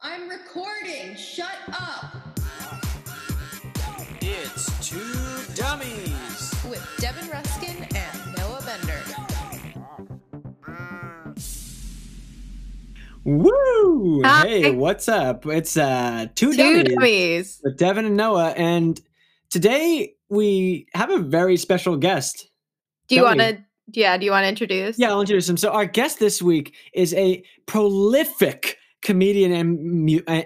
I'm recording. Shut up. It's two dummies. With Devin Ruskin and Noah Bender. Woo! Hi. Hey, what's up? It's uh two, Two dummies dummies. with Devin and Noah, and today we have a very special guest. Do you Dummy. want to? Yeah. Do you want to introduce? Yeah, I'll introduce him. So our guest this week is a prolific comedian and mu- uh,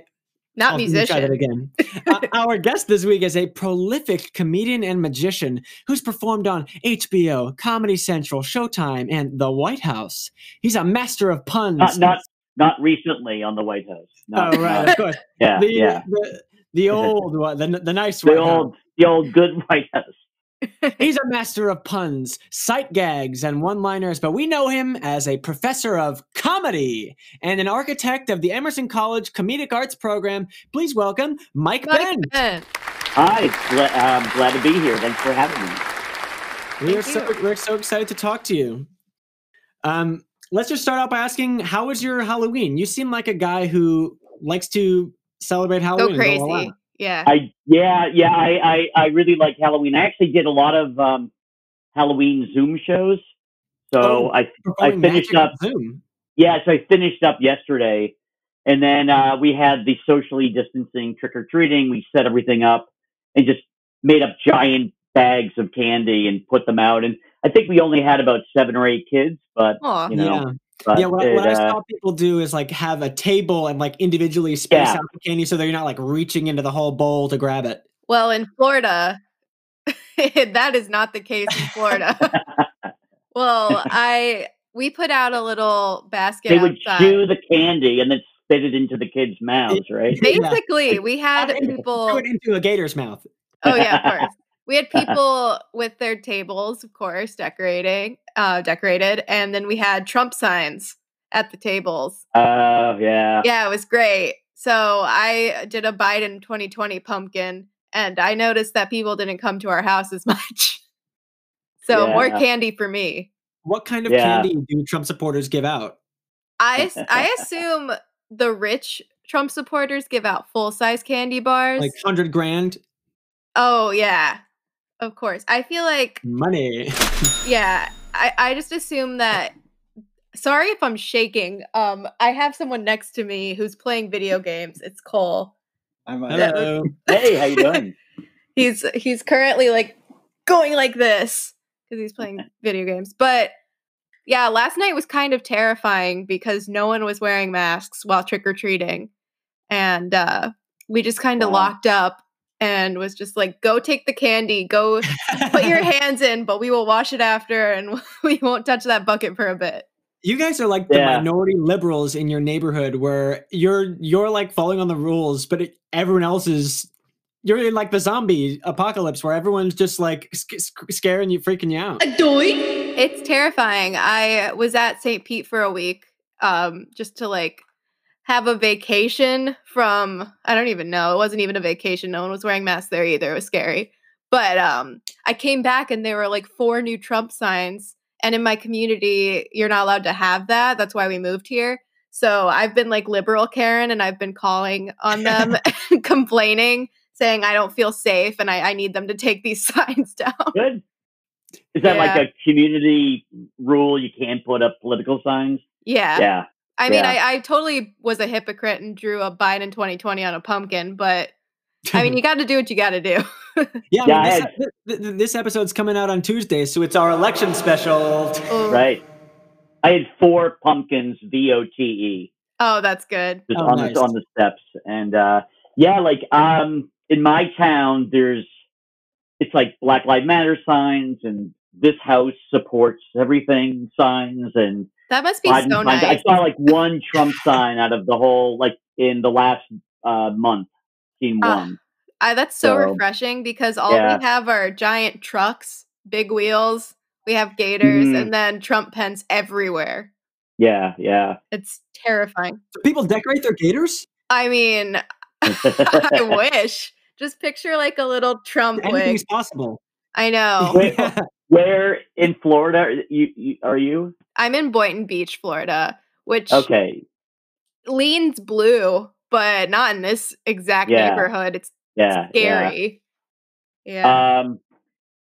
Not I'll Try that musician. again. Uh, our guest this week is a prolific comedian and magician who's performed on HBO, Comedy Central, Showtime, and The White House. He's a master of puns. not not not recently on the White House. No, oh right, no. of course. yeah, The, yeah. the, the old one, the, the nice The one. old, the old good White House. He's a master of puns, sight gags, and one liners, but we know him as a professor of comedy and an architect of the Emerson College Comedic Arts Program. Please welcome Mike, Mike Benn. Bent. Hi, it's gl- I'm glad to be here. Thanks for having me. We are Thank so you. we're so excited to talk to you. Um, let's just start out by asking, how was your Halloween? You seem like a guy who likes to celebrate Halloween. Go and all crazy. out. Yeah. I yeah yeah I, I I really like Halloween. I actually did a lot of um, Halloween Zoom shows. So Oh. I Performing finished magic on up- Zoom. yeah so I finished up yesterday, and then uh, we had the socially distancing trick or treating. We set everything up and just made up giant bags of candy and put them out. And I think we only had about seven or eight kids, but Aw. you know, yeah, But yeah. What, it, what I uh, saw people do is like have a table and like individually space Yeah. out the candy so that you're not like reaching into the whole bowl to grab it. Well, in Florida, that is not the case in Florida. well, I we put out a little basket they would outside. chew the candy and then spit it into the kids' mouths, right? Yeah. Basically, we had Throw it people. Throw it into a gator's mouth. Oh yeah, of course. We had people with their tables, of course, decorating, uh, decorated, and then we had Trump signs at the tables. Oh yeah. Yeah, it was great. So I did a Biden 2020 pumpkin, and I noticed that people didn't come to our house as much. So more Yeah. candy for me. What kind of Yeah. candy do Trump supporters give out? I s- I assume the rich Trump supporters give out full size candy bars. Like hundred grand oh yeah, of course. I feel like money. yeah. I I just assume that. Sorry if I'm shaking. Um, I have someone next to me who's playing video games. It's Cole. That would- Hello. Hey, how you doing? he's he's currently like going like this because he's playing video games but yeah last night was kind of terrifying because no one was wearing masks while trick-or-treating and uh we just kind of Wow. locked up and was just like go take the candy go put your hands in but we will wash it after and we won't touch that bucket for a bit You guys are like the Yeah. minority liberals in your neighborhood where you're you're like following on the rules, but it, everyone else is you're in like the zombie apocalypse where everyone's just like sc- sc- scaring you, freaking you out. Adoy. It's terrifying. I was at St. Pete for a week um, just to like have a vacation from, I don't even know. It wasn't even a vacation. No one was wearing masks there either. It was scary. But um, I came back and there were like four new Trump signs. And in my community, you're not allowed to have that. That's why we moved here. So I've been like liberal Karen and I've been calling on them, complaining, saying I don't feel safe and I, I need them to take these signs down. Oh. Good. Is that Yeah. like a community rule? You can't put up political signs. Yeah. I mean, Yeah. I, I totally was a hypocrite and drew a Biden 2020 on a pumpkin, but I mean, you got to do what you got to do. yeah, I Yeah, mean, I this, th- th- this episode's coming out on Tuesday, so it's our election special. Ooh. Right. I had four pumpkins V O T E Oh, that's good. just Oh, on nice. the on the steps, and uh, yeah, like um, in my town, there's it's like Black Lives Matter signs, and this house supports everything signs, and That must be Biden so signs. nice. I saw like one Trump sign out of the whole like in the last uh, month. Seen Ah, one. I, that's so, So, refreshing because all yeah. we have are giant trucks, big wheels. We have gators Mhm. and then Trump pens everywhere. Yeah, yeah. It's terrifying. Do people decorate their gators? I mean, I wish. Just picture like a little Trump wig. Anything's possible. I know. Wait, Where in Florida are you? you are you I'm in Boynton Beach, Florida, which okay? leans blue but not in this exact Yeah. neighborhood. It's Yeah. yeah. scary. Yeah. Um,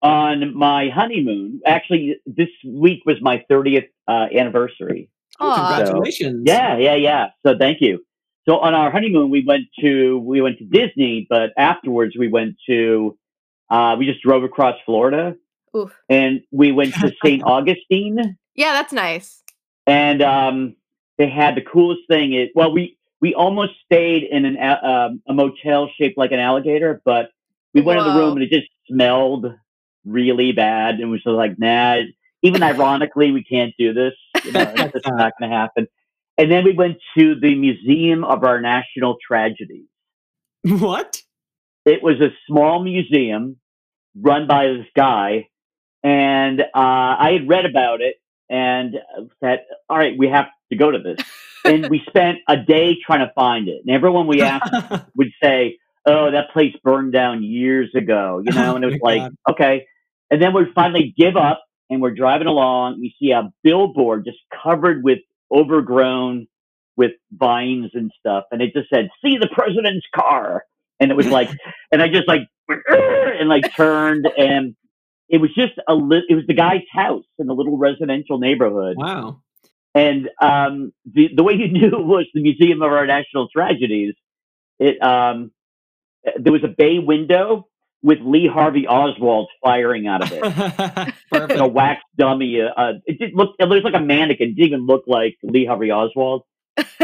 on my honeymoon, actually, this week was my 30th uh, anniversary. Oh, Aw. congratulations. Yeah, yeah, yeah. So thank you. So on our honeymoon, we went to we went to Disney, but afterwards we went to uh, we just drove across Florida, Oof. and we went to St. Augustine. yeah, that's nice. and um, they had the coolest thing. Is well, we we almost stayed in an a- um, a motel shaped like an alligator, but we went in the Whoa. room and it just smelled really bad, and we was like, nah. Even ironically, we can't do this. You know, it's just not going to happen. And then we went to the Museum of Our National Tragedies. What? It was a small museum run by this guy, and uh, I had read about it and uh, said, "All right, we have to go to this." and we spent a day trying to find it, and everyone we asked would say, "Oh, that place burned down years ago," you know. Oh and it was my like, God. okay. And then we finally give up, and we're driving along. We see a billboard just covered with overgrown with vines and stuff, and it just said, "See the president's car," and it was like, and I just like went, "Arr!" and like turned and. It was just a. Li- it was the guy's house in a little residential neighborhood, wow. and um, the the way you knew it was the Museum of Our National Tragedies. It um, there was a bay window with Lee Harvey Oswald firing out of it, and a Perfect. wax dummy. uh, Uh, it did look it looked like a mannequin. It didn't even look like Lee Harvey Oswald.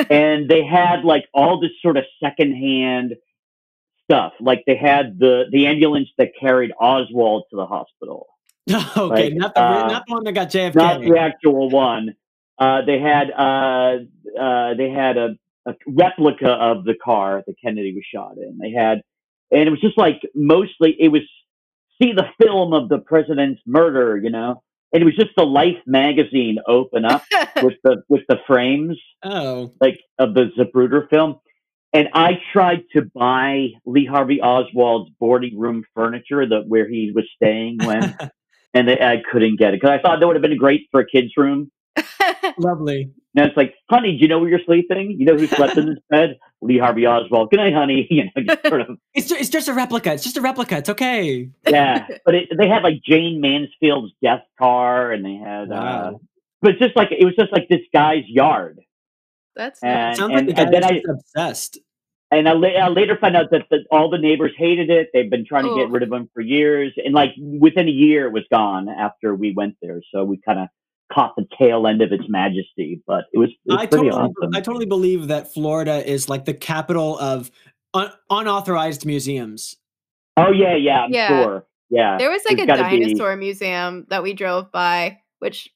and they had like all this sort of secondhand stuff. Like they had the the ambulance that carried Oswald to the hospital. okay, Like, not, the, uh, not the one that got JFK. not the actual one. Uh, they had uh, uh, they had a, a replica of the car that Kennedy was shot in. They had, and it was just like mostly it was see the film of the president's murder, you know. And it was just the Life magazine open up with the with the frames oh, like of the Zapruder film. And I tried to buy Lee Harvey Oswald's boarding room furniture that where he was staying when, and they, I couldn't get it because I thought that would have been great for a kid's room. lovely. And it's like, honey, do you know where you're sleeping? You know who slept in this bed? Lee Harvey Oswald. Good night, honey. You know, just sort of, It's just, it's just a replica. It's just a replica. It's okay. yeah. But it, they had like Jane Mansfield's death car, and they had, uh, Wow. but it's just like it was just like this guy's yard. that's And, uh, nice. Sounds and, like the and guy then is I just obsessed. And I, la- I later found out that the, all the neighbors hated it. They've been trying to get Oh. rid of him for years, and like within a year, it was gone after we went there. So we kind of caught the tail end of its majesty, but it was, it was I pretty totally, awesome. I totally believe that Florida is like the capital of un- unauthorized museums. oh yeah, yeah, I'm Yeah. sure. Yeah, There was like There's a gotta be- dinosaur museum that we drove by, which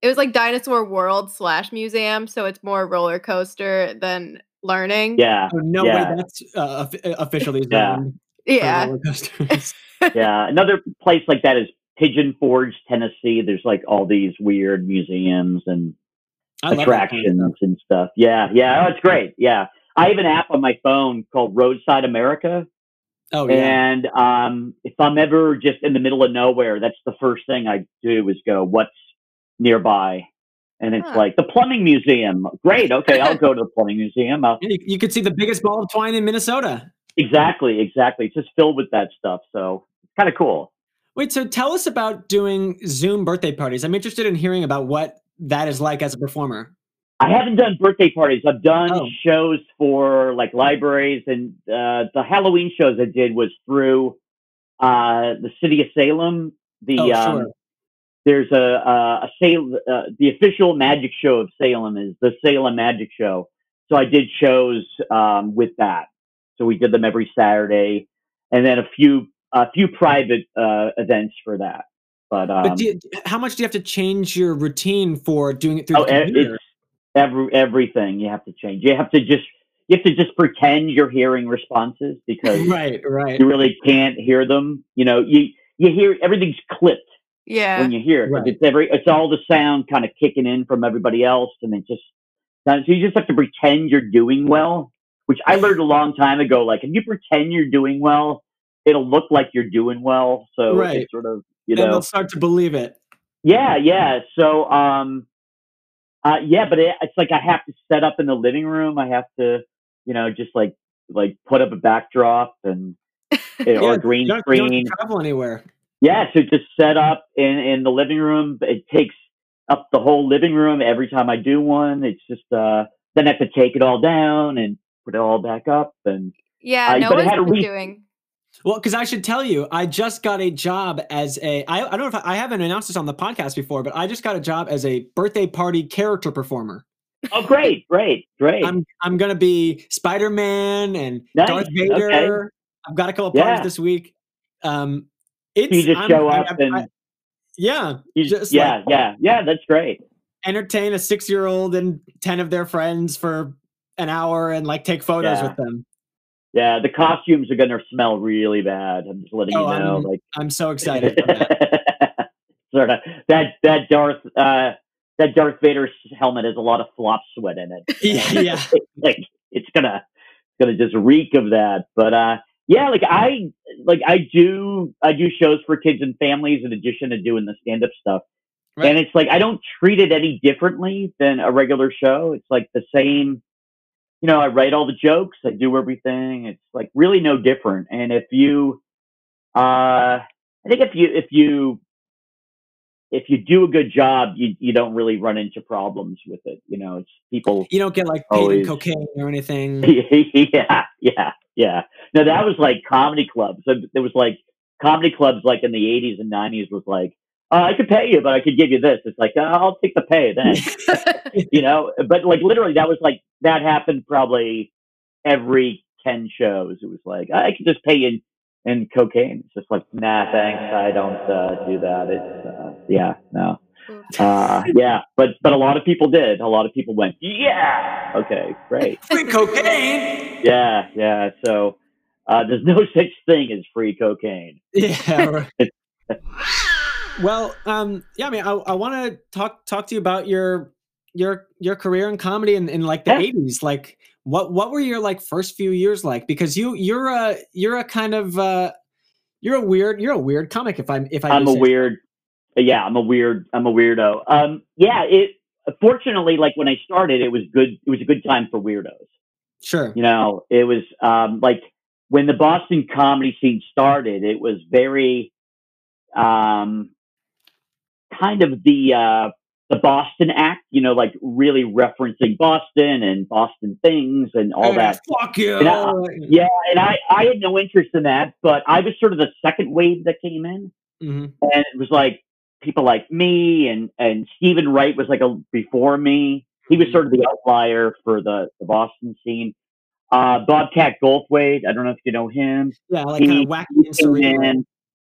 it was like Dinosaur World slash museum, so it's more roller coaster than learning. yeah, Oh, no Yeah. way. That's uh, of- uh, officially Yeah. zoned for Yeah. roller coasters. yeah. Another place like that is Pigeon Forge, Tennessee. There's like all these weird museums and I love that kind of attractions stuff. and stuff. Yeah, yeah, oh, it's great. Yeah, I have an app on my phone called Roadside America. Oh yeah. And um, if I'm ever just in the middle of nowhere, that's the first thing I do is go, what's nearby? And it's Huh. like the plumbing museum. Great. Okay, I'll go to the plumbing museum. I'll, Yeah, You, you could see the biggest ball of twine in Minnesota. exactly, exactly. It's just filled with that stuff. So it's kind of cool. Wait, so tell us about doing Zoom birthday parties. I'm interested in hearing about what that is like as a performer. I haven't done birthday parties. I've done Oh. shows for like libraries, and uh, the Halloween shows I did was through uh, the city of Salem. The oh, um, sure. there's a a, a Salem, uh, the official magic show of Salem is the Salem Magic Show. So I did shows um, with that. So we did them every Saturday, and then a few a few private uh, events for that. But, um, but do you, how much do you have to change your routine for doing it through oh, the e- computer? it's every everything you have to change. You have to just you have to just pretend you're hearing responses because Right, right. you really can't hear them. You know, you you hear everything's clipped. Yeah. when you hear it. 'cause Right. It's every it's all the sound kind of kicking in from everybody else, and it just so you just have to pretend you're doing well, which I learned a long time ago. Like if you pretend you're doing well, it'll look like you're doing well. So Right. it's sort of you and know they'll start to believe it. yeah yeah. So um uh yeah, but it, it's like I have to set up in the living room. I have to you know, just like like put up a backdrop and eh, or green don't, screen. don't travel anywhere. Yeah, so just set up in in the living room. It takes up the whole living room every time I do one. It's just uh then I have to take it all down and put it all back up and Yeah, Uh, no but it one's had a been re- doing. Well, because I should tell you, I just got a job as a. I, I don't know if I, I haven't announced this on the podcast before, but I just got a job as a birthday party character performer. Oh great, great, great. I'm I'm gonna be Spider Man and Nice, Darth okay. Vader. I've got a couple of parties Yeah. this week. Um, it's you just I'm- show I- up I- and I- yeah, you just like- yeah, yeah, yeah, that's great. entertain a six year old and ten of their friends for an hour and like take photos Yeah. with them. Yeah, the costumes are gonna smell really bad. I'm just letting Oh, you know. I'm like I'm so excited. for that. sort of that that Darth uh that Darth Vader's helmet has a lot of flop sweat in it. yeah, yeah. like it's gonna gonna just reek of that. But uh yeah, like I like I do I do shows for kids and families in addition to doing the stand up stuff. Right. And it's like I don't treat it any differently than a regular show. It's like the same you know, I write all the jokes, I do everything. It's like really no different. And if you uh I think if you if you if you do a good job, you you don't really run into problems with it. You know, it's people You don't get like paid in Always. cocaine or anything. yeah, yeah, yeah. No, that was like comedy clubs. So There was like comedy clubs, like in the '80s and '90s, was like, uh, I could pay you, but I could give you this. It's like uh, I'll take the pay then, you know. But like literally, that was like that happened probably every ten shows. It was like I I could just pay you in, in cocaine. It's just like nah, thanks, I don't uh, do that. It's uh, yeah, no. Uh, yeah, but but a lot of people did. A lot of people went, yeah, okay, great. Free cocaine. Yeah, yeah. So uh, there's no such thing as free cocaine. Yeah. right. well, um, yeah. I mean, I, I want to talk talk to you about your your your career in comedy in, in like the Yeah. eighties. Like, what what were your like first few years like? Because you you're a you're a kind of uh, you're a weird you're a weird comic. If I'm if I I'm do a say- weird. Yeah, I'm a weird. I'm a weirdo. Um, yeah. It fortunately, like when I started, it was good. It was a good time for weirdos. sure You know, it was um, like when the Boston comedy scene started, it was very um, kind of the uh, the Boston act. You know, like really referencing Boston and Boston things and all Hey, that. Fuck you. And I- yeah, and I, I had no interest in that, but I was sort of the second wave that came in, Mhm. and it was like people like me and and Stephen Wright was like a before me. He was sort of the outlier for the, the Boston scene. Uh, Bobcat Goldthwait, I don't know if you know him. Yeah, like kind He of wacky and came surreal. in.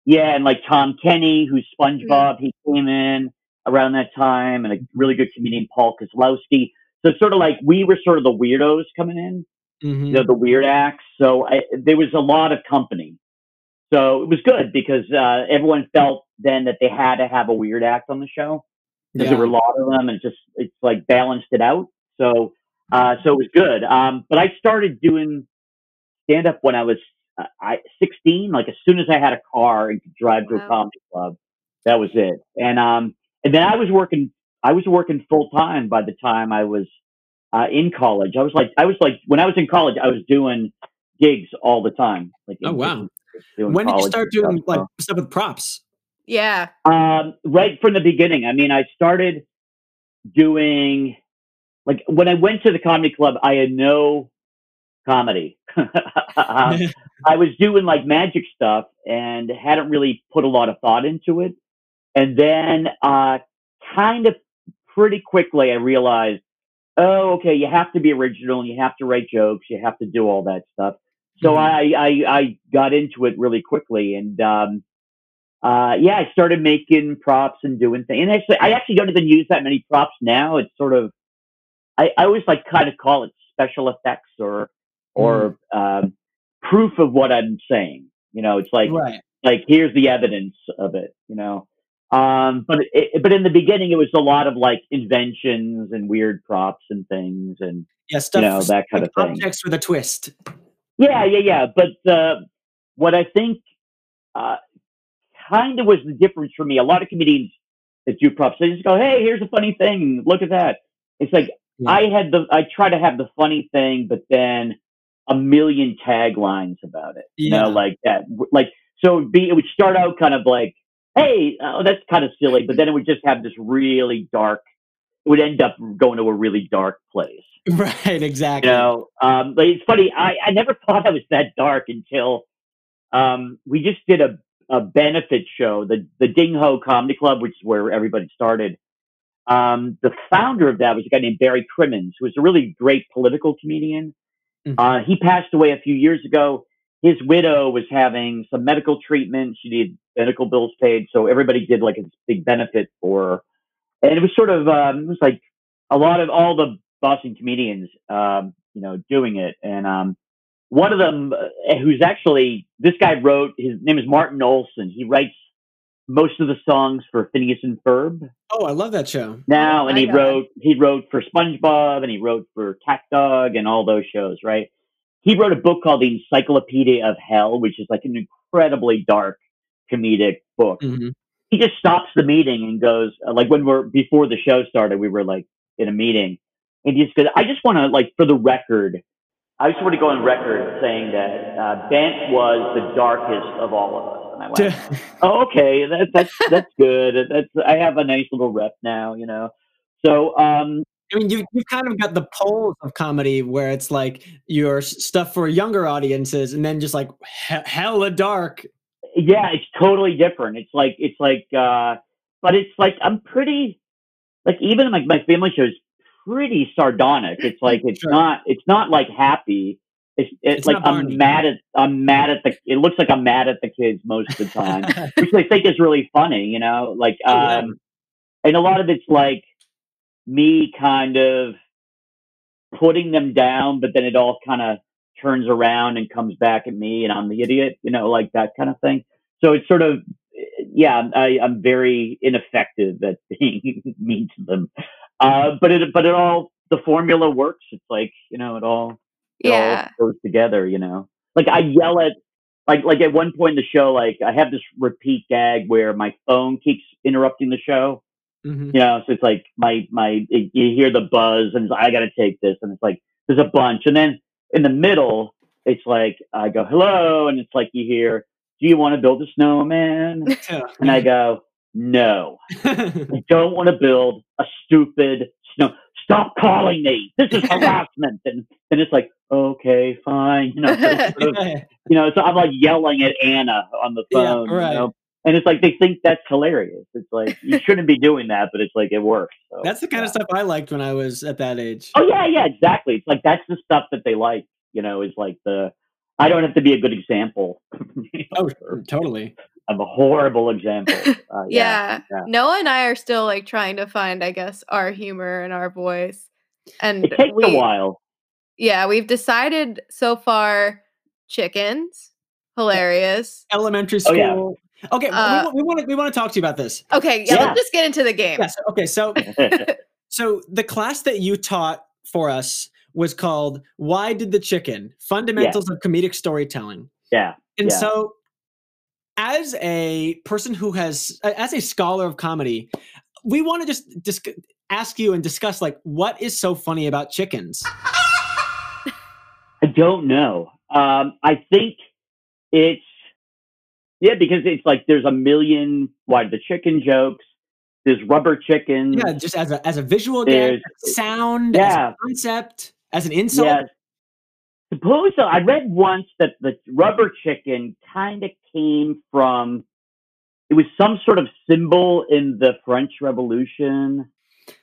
Yeah, and like Tom Kenny, who's SpongeBob, he came in around that time, and a really good comedian, Paul Kozlowski. So it's sort of like we were sort of the weirdos coming in Mhm. you know, the weird acts. So I, there was a lot of company. So it was good because uh, everyone felt then that they had to have a weird act on the show because Yeah. there were a lot of them and just it's like balanced it out. So uh, so it was good. Um, but I started doing stand up when I was uh, I 16. Like as soon as I had a car and could drive to a Wow. comedy club, that was it. And um and then I was working I was working full time by the time I was uh, in college. I was like I was like when I was in college I was doing gigs all the time. Like Oh, in- wow. doing When did you college start stuff, doing so. like stuff with props? yeah. Um, right from the beginning. I mean, I started doing like when I went to the comedy club, I had no comedy. Um, I was doing like magic stuff and hadn't really put a lot of thought into it. And then, uh, kind of pretty quickly, I realized, oh, okay, you have to be original and you have to write jokes, you have to do all that stuff. So Mhm. I, I, I got into it really quickly and, um, uh, yeah, I started making props and doing things. And actually, I actually don't even use that many props now. It's sort of, I, I always like kind of call it special effects or, or, um, proof of what I'm saying. You know, it's like, right. like here's the evidence of it you know um but it, but in the beginning it was a lot of like inventions and weird props and things and Yeah, stuff. you know that kind of with thing objects with a twist. yeah yeah yeah but uh what i think uh kind of was the difference for me a lot of comedians that do props they just go hey here's a funny thing look at that it's like Yeah. I had the I try to have the funny thing, but then a million taglines about it. You Yeah. know, like that. Like so, it'd be it would start out kind of like, "Hey, oh, that's kind of silly," but then it would just have this really dark. It would end up going to a really dark place. Right, You exactly. know, um, but it's funny. I I never thought I was that dark until um, we just did a a benefit show, the the Ding Ho Comedy Club, which is where everybody started. Um, the founder of that was a guy named Barry Crimmins, who was a really great political comedian. Mhm. Uh, he passed away a few years ago. His widow was having some medical treatment. She needed medical bills paid, so everybody did like a big benefit for her. And it was sort of um, it was like a lot of all the Boston comedians, um, you know, doing it. And um, one of them, uh, who's actually this guy wrote his name is Martin Olson. He writes most of the songs for Phineas and Ferb Oh, I love that show. now, Oh and my he God. wrote he wrote for SpongeBob and he wrote for Cat Dog and all those shows, right? He wrote a book called The Encyclopedia of Hell, which is like an incredibly dark comedic book hmm he just stops the meeting and goes uh, like when we're before the show started we were like in a meeting and he just goes i just want to like for the record i just want to go on record saying that uh, bent was the darkest of all of us and i went oh, okay, that, that's that's good. That's I have a nice little rep now, you know. So, um, I mean, you've, you've kind of got the poles of comedy where it's like your s- stuff for younger audiences and then just like he- hella dark. yeah, it's totally different. It's like it's like, uh, but it's like I'm pretty, like even like my family show is pretty sardonic. It's like it's Sure. not it's not like happy. It's, it's, It's like not Barney. I'm mad at I'm mad at the. It looks like I'm mad at the kids most of the time, which I think is really funny. You know, like Oh, yeah. Uh, um, and a lot of it's like me kind of putting them down, but then it all kind of turns around and comes back at me, and I'm the idiot, you know, like that kind of thing. So it's sort of, yeah, I, I'm very ineffective at being mean to them, uh, but it, but it all the formula works. It's like you know, it all it Yeah. all goes together, you know. Like I yell at like like at one point in the show, like I have this repeat gag where my phone keeps interrupting the show. Mhm. You know, so it's like my my you hear the buzz and it's like, I gotta take this and it's like there's a bunch. And then in the middle, it's like I go, Hello, and it's like you hear, Do you wanna build a snowman? And I go, No. I don't want to build a stupid snow. Stop calling me. This is harassment. And and it's like, okay, fine. You know, so it's sort of- Yeah. you know, so I'm like yelling at Anna on the Yeah, phone. right. You know? And it's like they think that's hilarious. It's like you shouldn't be doing that, but it's like it works. So. That's the kind of stuff I liked when I was at that age. Oh yeah, yeah, exactly. It's like that's the stuff that they like. You know, is like the I don't have to be a good example. Oh, totally. I'm a horrible example. Uh, yeah. yeah. Noah and I are still like trying to find, I guess, our humor and our voice. And it takes a we- while. Yeah, we've decided so far chickens. Hilarious. Elementary Oh, school. yeah. Okay, Uh, we, want to we want to talk to you about this. Okay, yeah, Yeah. let's just get into the game. Yes. Okay. So So the class that you taught for us was called Why Did the Chicken? Fundamentals of Comedic Storytelling. yeah. And Yeah. so as a person who has a- as a scholar of comedy, we want to just dis- ask you and discuss like what is so funny about chickens? I don't know. Um, I think it's yeah because it's like there's a million why the chicken jokes. There's rubber chickens. Yeah, just as a as a visual gag, There's- as sound, as Hmm. yeah. a concept, as an insult. Yes. Suppose uh, I read once that the rubber chicken kind of came from it was some sort of symbol in the French Revolution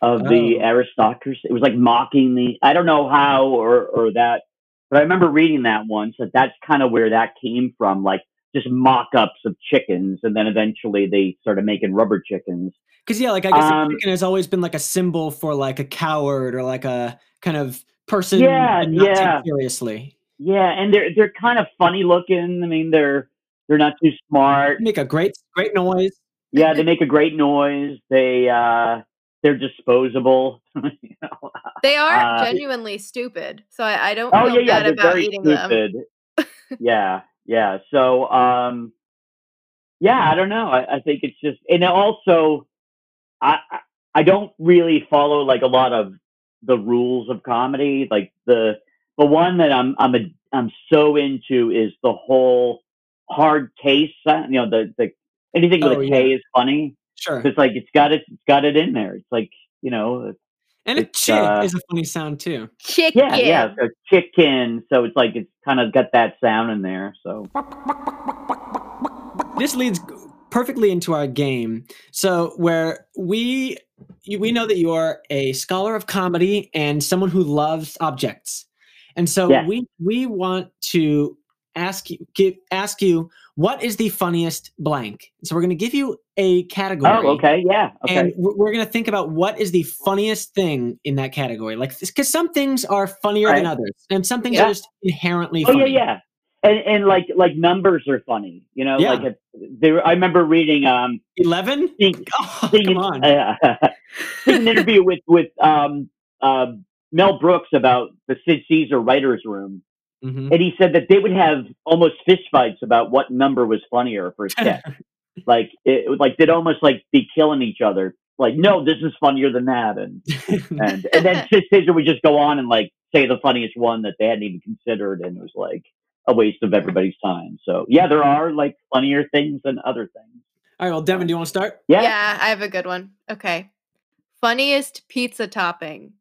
of the Oh. aristocracy. It was like mocking the I don't know how or or that, but I remember reading that once that that's kind of where that came from, like just mock-ups of chickens, and then eventually they started making rubber chickens. Because yeah, like I guess Um, a chicken has always been like a symbol for like a coward or like a kind of person Yeah, not taken yeah. seriously. Yeah, and they're they're kind of funny looking. I mean, they're they're not too smart. make a great great noise. yeah they make a great noise they uh they're disposable Oh, You know? They are Uh, genuinely stupid. So I, I don't oh yeah feel yeah bad they're about very eating them. stupid yeah yeah so um yeah i don't know i, I think it's just and also I, I i don't really follow like a lot of the rules of comedy. Like the the one that I'm I'm a, I'm so into is the whole hard case. uh, You know, the the anything with Oh, a K yeah. is funny. Sure. It's like it's got it it's got it in there. It's like you know, And a it's, chick uh, is a funny sound too. Chicken. yeah, yeah. So chicken. So it's like it's kind of got that sound in there. So This leads perfectly into our game. So where we you- we know that you are a scholar of comedy and someone who loves objects. And so Yes. we we want to ask you give, ask you what is the funniest blank. So we're going to give you a category. oh, okay, yeah, okay. And we're we're going to think about what is the funniest thing in that category. Like, because some things are funnier than Right. others, and some things Yeah. are just inherently oh funny. yeah, yeah. And and like like numbers are funny. You know, Yeah. like it's they. Were, I remember reading um 11? Think- Oh, seeing, come on. uh, seeing an interview with with um uh, Mel Brooks about the Sid Caesar writers room, Mhm. and he said that they would have almost fistfights about what number was funnier for a sketch. like it was like they'd almost like be killing each other. Like no, this is funnier than that, and Mm-hmm. and and then Sid Caesar would just go on and like say the funniest one that they hadn't even considered, and it was like a waste of everybody's time. So yeah, there are like funnier things than other things. All right, well, Devin, do you want to start? Yeah, Yeah, I have a good one. Okay. Funniest pizza topping.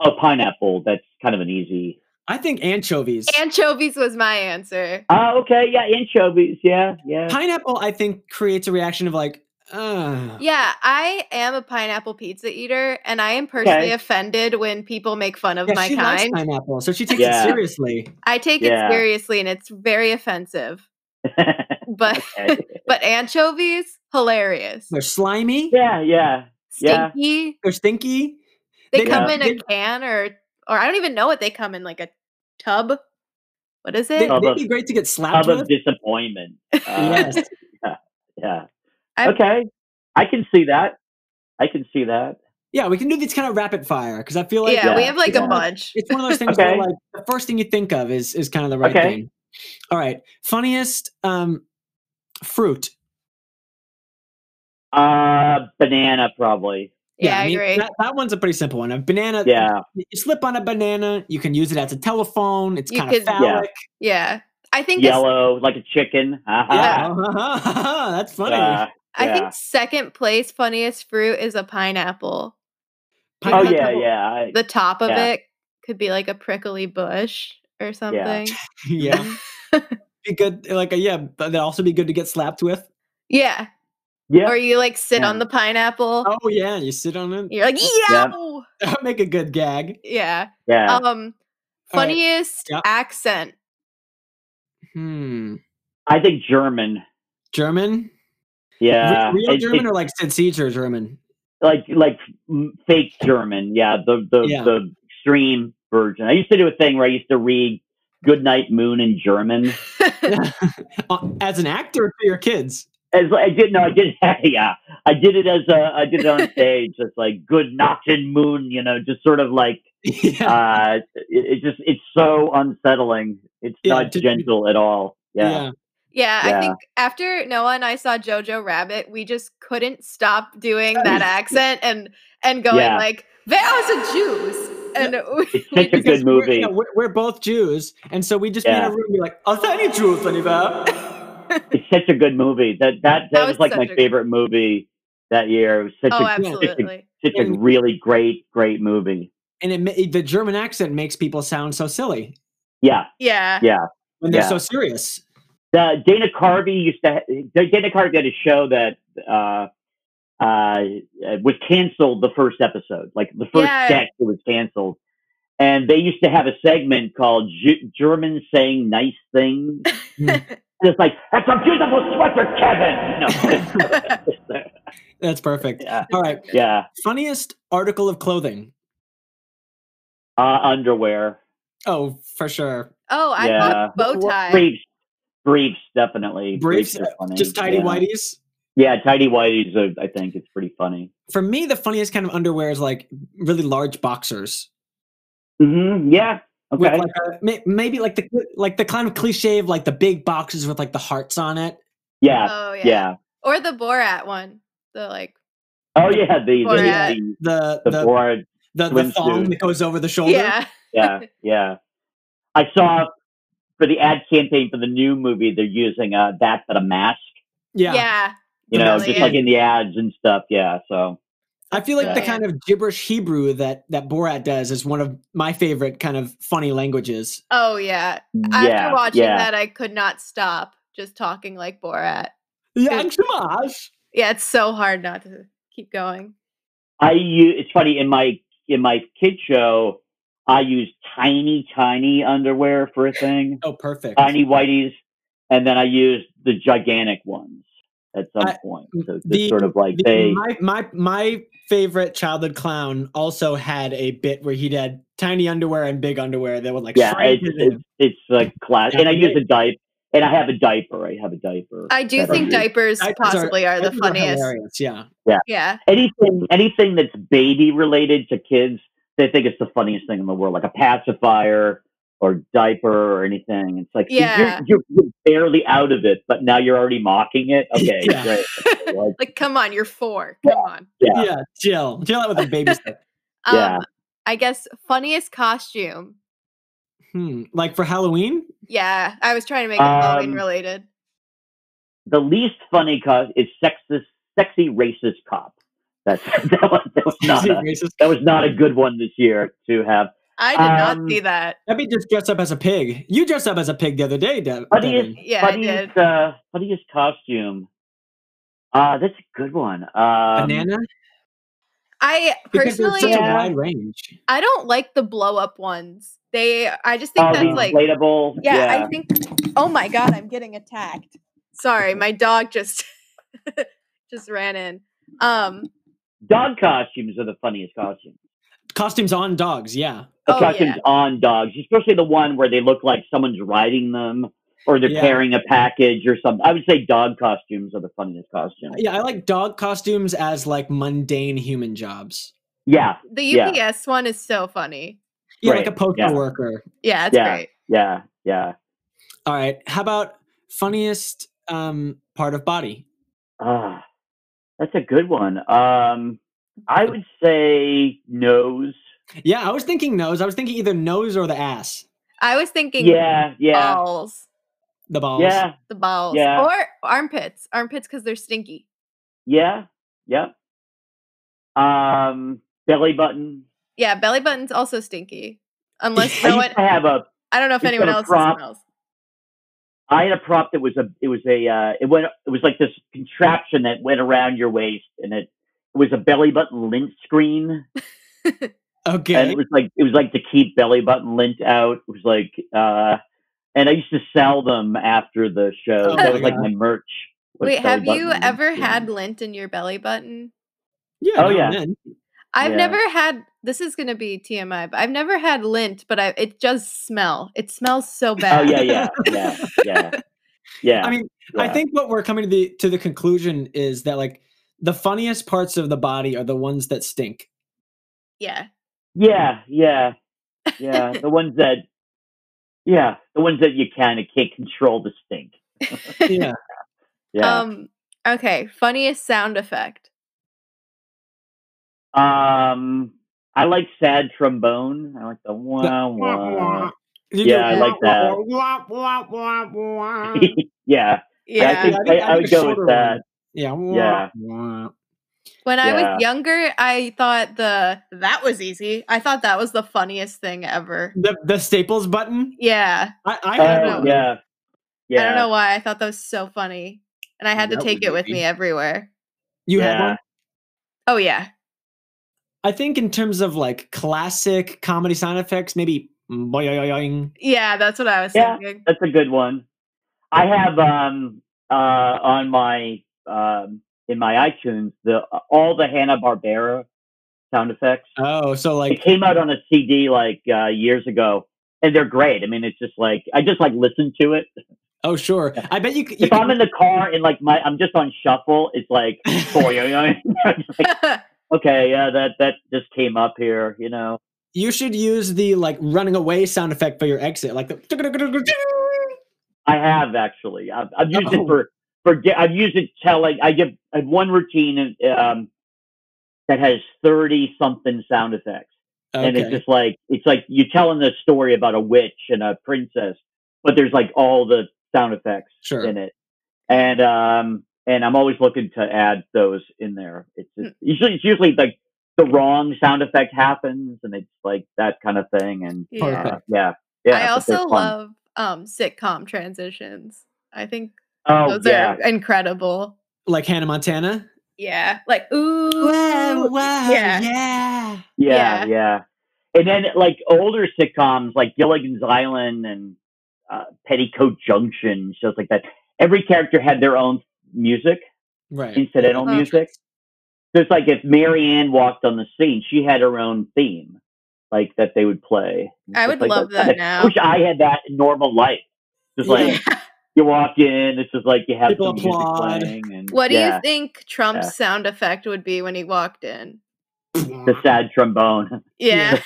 oh pineapple, that's kind of an easy. I think anchovies. Anchovies was my answer. Oh okay, yeah, anchovies, yeah, yeah. Pineapple, I think, creates a reaction of like, uh, Yeah, I am a pineapple pizza eater, and I am personally Okay. offended when people make fun of yeah, my she likes kind. pineapple, so she takes Yeah. it seriously. I take Yeah. it seriously, and it's very offensive. But Okay. but anchovies, hilarious. They're slimy, yeah, yeah, yeah. Stinky. they're stinky. They, They come in don't- a they- can or or I don't even know what they come in, like a tub. What is They, it? Tub would of- be great to get slapped Tub with. of disappointment. Uh, yes. yeah. I- okay, I can see that. I can see that. Yeah, we can do these kind of rapid fire because I feel like yeah, we yeah, have like yeah. a bunch. it's one of those things where Okay. like the first thing you think of is is kind of the right Okay. thing. All right, funniest um fruit. Uh, banana probably. Yeah, I, mean, agree. That, that one's a pretty simple one. A banana. Yeah, You slip on a banana. You can use it as a telephone. It's You kind of could- Yeah. phallic. yeah, I think it's- yellow like a chicken. Ha Yeah, ha. that's funny. Uh-huh. Uh, I yeah. think second place funniest fruit is a pineapple. oh Pineapple- yeah, yeah. I- The top of Yeah. it could be like a prickly bush or something. yeah. Be good, like a, yeah, but they'd also be good to get slapped with. Yeah. yeah. Or you like sit Yeah. on the pineapple. Oh yeah, you sit on it. You're like, yeah. Yeah. That'd make a good gag. Yeah. Yeah. Um funniest Yep. accent. Hmm. I think German. German. Re- Yeah. Real It- German it- or like Sid Caesar German? like like m- fake German. Yeah, the the Yeah. the extreme version. I used to do a thing where I used to read Goodnight Moon in German. Uh, As an actor for your kids. As I did no, I did yeah, I did it as a I did it on stage. It's like Good Nacht and Moon. You know, just sort of like yeah. uh, it, it just it's so unsettling. It's Yeah, not did you- gentle at all. Yeah. yeah, Yeah. I think after Noah and I saw Jojo Rabbit, we just couldn't stop doing that accent and and going Yeah. like, "There are the Jews." And we, oh, It's we such a just- good We're, you movie. know, we're, we're both Jews, and so we just be in Yeah. a room and be like, "Are there any Jews, Oliver?" It's such a good movie. That that that, That was was like my such a- favorite movie that year. It was such oh, a absolutely. such a And- really great great movie. And it, ma- the German accent makes people sound so silly Yeah, Yeah. Yeah. when they're Yeah. so serious. the, Dana Carvey used to. Ha- Dana Carvey had a show that uh, uh, uh, was canceled the first episode, like the first Yeah. sketch, it was canceled. And they used to have a segment called G- Germans saying nice things. And it's like, that's a beautiful sweater, Kevin. No. That's perfect. yeah. All right, Yeah. funniest article of clothing. Uh, underwear. Oh, for sure. Oh, I Yeah. thought bow Wha- tie. Briefs. Briefs, definitely. Briefs, uh, are funny. just tidy yeah. whities. Yeah, tidy whities, uh, I think it's pretty funny. For me, the funniest kind of underwear is like really large boxers hmm Yeah. with Okay. like a, may- maybe like the like the kind of cliche of like the big boxes with like the hearts on it. yeah. Oh yeah. yeah. Or the Borat one. The like Oh yeah, the Borat. the, The the, the, the board. the, the thong Swimsuit. that goes over the shoulder. Yeah. yeah, yeah. I saw for the ad campaign for the new movie, they're using uh, that but a mask. Yeah. yeah. You know, Really? just like in the ads and stuff. Yeah. So I feel like the Yeah. kind of gibberish Hebrew that that Borat does is one of my favorite kind of funny languages. Oh yeah. After yeah, watching yeah. that I could not stop just talking like Borat. Yeah, Good. Shamash. Yeah, it's so hard not to keep going. I use. It's funny in my in my kid show, I use tiny, tiny underwear for a thing, Oh, perfect. tiny whiteys, and then I use the gigantic ones at some I- point. So it's the- just sort of like The- they. my my my favorite childhood clown also had a bit where he had tiny underwear and big underwear that would like yeah, shrink it's it in. it's, it's like class, Yeah, and I they- use a diaper, and I have a diaper. I have a diaper. I do that think use. diapers, Diapers are- possibly are, the Those funniest. hilarious, Yeah. yeah. anything anything that's baby related to kids, they think it's the funniest thing in the world, like a pacifier or diaper or anything. It's like Yeah. you're, you're, you're barely out of it, but now you're already mocking it. Okay, Yeah. great. Like, like come on, you're 4. Come on. Yeah. yeah. Jill. Jill out with a baby stick. Um Yeah. I guess funniest costume. Hmm. Like for Halloween? Yeah, I was trying to make it Halloween Um, related. the least funny cause is sexist, sexy racist cop. That's that was, that was not a, Racist. that was not a good one this year to have. I did um, not see that. That'd be just dressed up as a pig. You dressed up as a pig the other day, Dev. Funniest, Yeah, I funniest, uh, funniest costume. Uh, that's a good one. Um, Banana? I Because there's personally uh, such Yeah. a wide range. I don't like the blow up ones. They I just think oh, the that's like inflatable. yeah, I think oh my god, I'm getting attacked. Sorry, my dog just just ran in. Um dog costumes are the funniest costumes. Costumes on dogs, yeah. The Oh, costumes yeah. on dogs, especially the one where they look like someone's riding them or they're Yeah. carrying a package or something. I would say dog costumes are the funniest costumes. Yeah, I like dog costumes as like mundane human jobs. Yeah, the Yeah. UPS one is so funny. Yeah, Right, like a postal yeah. worker. Yeah, it's Yeah. great. yeah, yeah. All right. How about funniest um part of body? Ah, that's a good one. Um, I would say nose. Yeah, I was thinking nose. I was thinking either nose or the ass, I was thinking Yeah, yeah, balls. the balls. yeah, The balls. Yeah. Or armpits. Armpits because they're stinky. yeah, yep. Um, belly button. Yeah, belly button's also stinky. Unless I no used one to have a I don't know if used to anyone have a else prop. smells. I had a prop that was a it was a uh, it went it was like this contraption that went around your waist and it, it was a belly button lint screen and Okay. it was like it was like to keep belly button lint out it was like uh and I used to sell them after the show Oh that my was like God. my merch. was Wait, belly have you button ever lint had screen. lint in your belly button? Yeah. Oh, now yeah. and then. I've Yeah. never had this is gonna be TMI, but I've never had lint, but I it does smell. It smells so Oh bad. yeah, yeah, yeah, yeah, yeah. I mean, I yeah. think what we're coming to the to the conclusion is that like the funniest parts of the body are the ones that stink. Yeah. Yeah, yeah, yeah. the ones that, yeah, the ones that you kind of can't control the stink. Yeah. Yeah. Um okay, funniest sound effect. Um, I like sad trombone. I like the wah wah. You Yeah, I do- like that. yeah, I Yeah. think I, I would a go shorter with one. that. Yeah. Yeah. When I yeah. was younger, I thought the that was easy. I thought that was the funniest thing ever. The the staples button. Yeah. I, I Oh, had don't one. know. yeah, yeah. I don't know why I thought that was so funny. And I had to That take was it with easy. me everywhere. You had Yeah. one. Oh yeah. I think in terms of like classic comedy sound effects, maybe boing. Yeah, that's what I was Yeah. thinking. That's a good one. I have um uh on my um in my iTunes the uh, all the Hanna Barbera sound effects. Oh, so It like came out on a CD like uh, years ago, and they're great. I mean, it's just like I just like listen to it. oh sure. I bet you. c- you if I'm in the car and like my I'm just on shuffle, it's like boy, I'm just like, okay, yeah, that that just came up here, you know. You should use the like running away sound effect for your exit, like the. I have actually. I've, I've used Oh. it for for ge- I've used it telling. I give I have one routine um, that has thirty something sound effects, and it's Okay. just like it's like you're telling the story about a witch and a princess, but there's like all the sound effects Sure. in it, and um and I'm always looking to add those in there. It's just, Hmm. usually it's usually like the wrong sound effect happens, and it's like that kind of thing, and Yeah. uh, Perfect. yeah, yeah. I but they're also fun. love um sitcom transitions. I think Oh those yeah, are incredible. Like Hannah Montana. Yeah. Like ooh. Wow, wow, yeah. yeah. yeah, yeah. yeah. And then like older sitcoms like Gilligan's Island and uh, Petticoat Junction, shows like that. Every character had their own music. Right. incidental Oh. music. So it's like if Marianne walked on the scene, she had her own theme, like that they would play. It's I just would like, love "God, that I now." wish I had that in normal life. Just like Yeah. you walk in, it's just like you have People some music applaud. playing, and What do yeah, you think Trump's Yeah. sound effect would be when he walked in? the sad trombone. Yeah.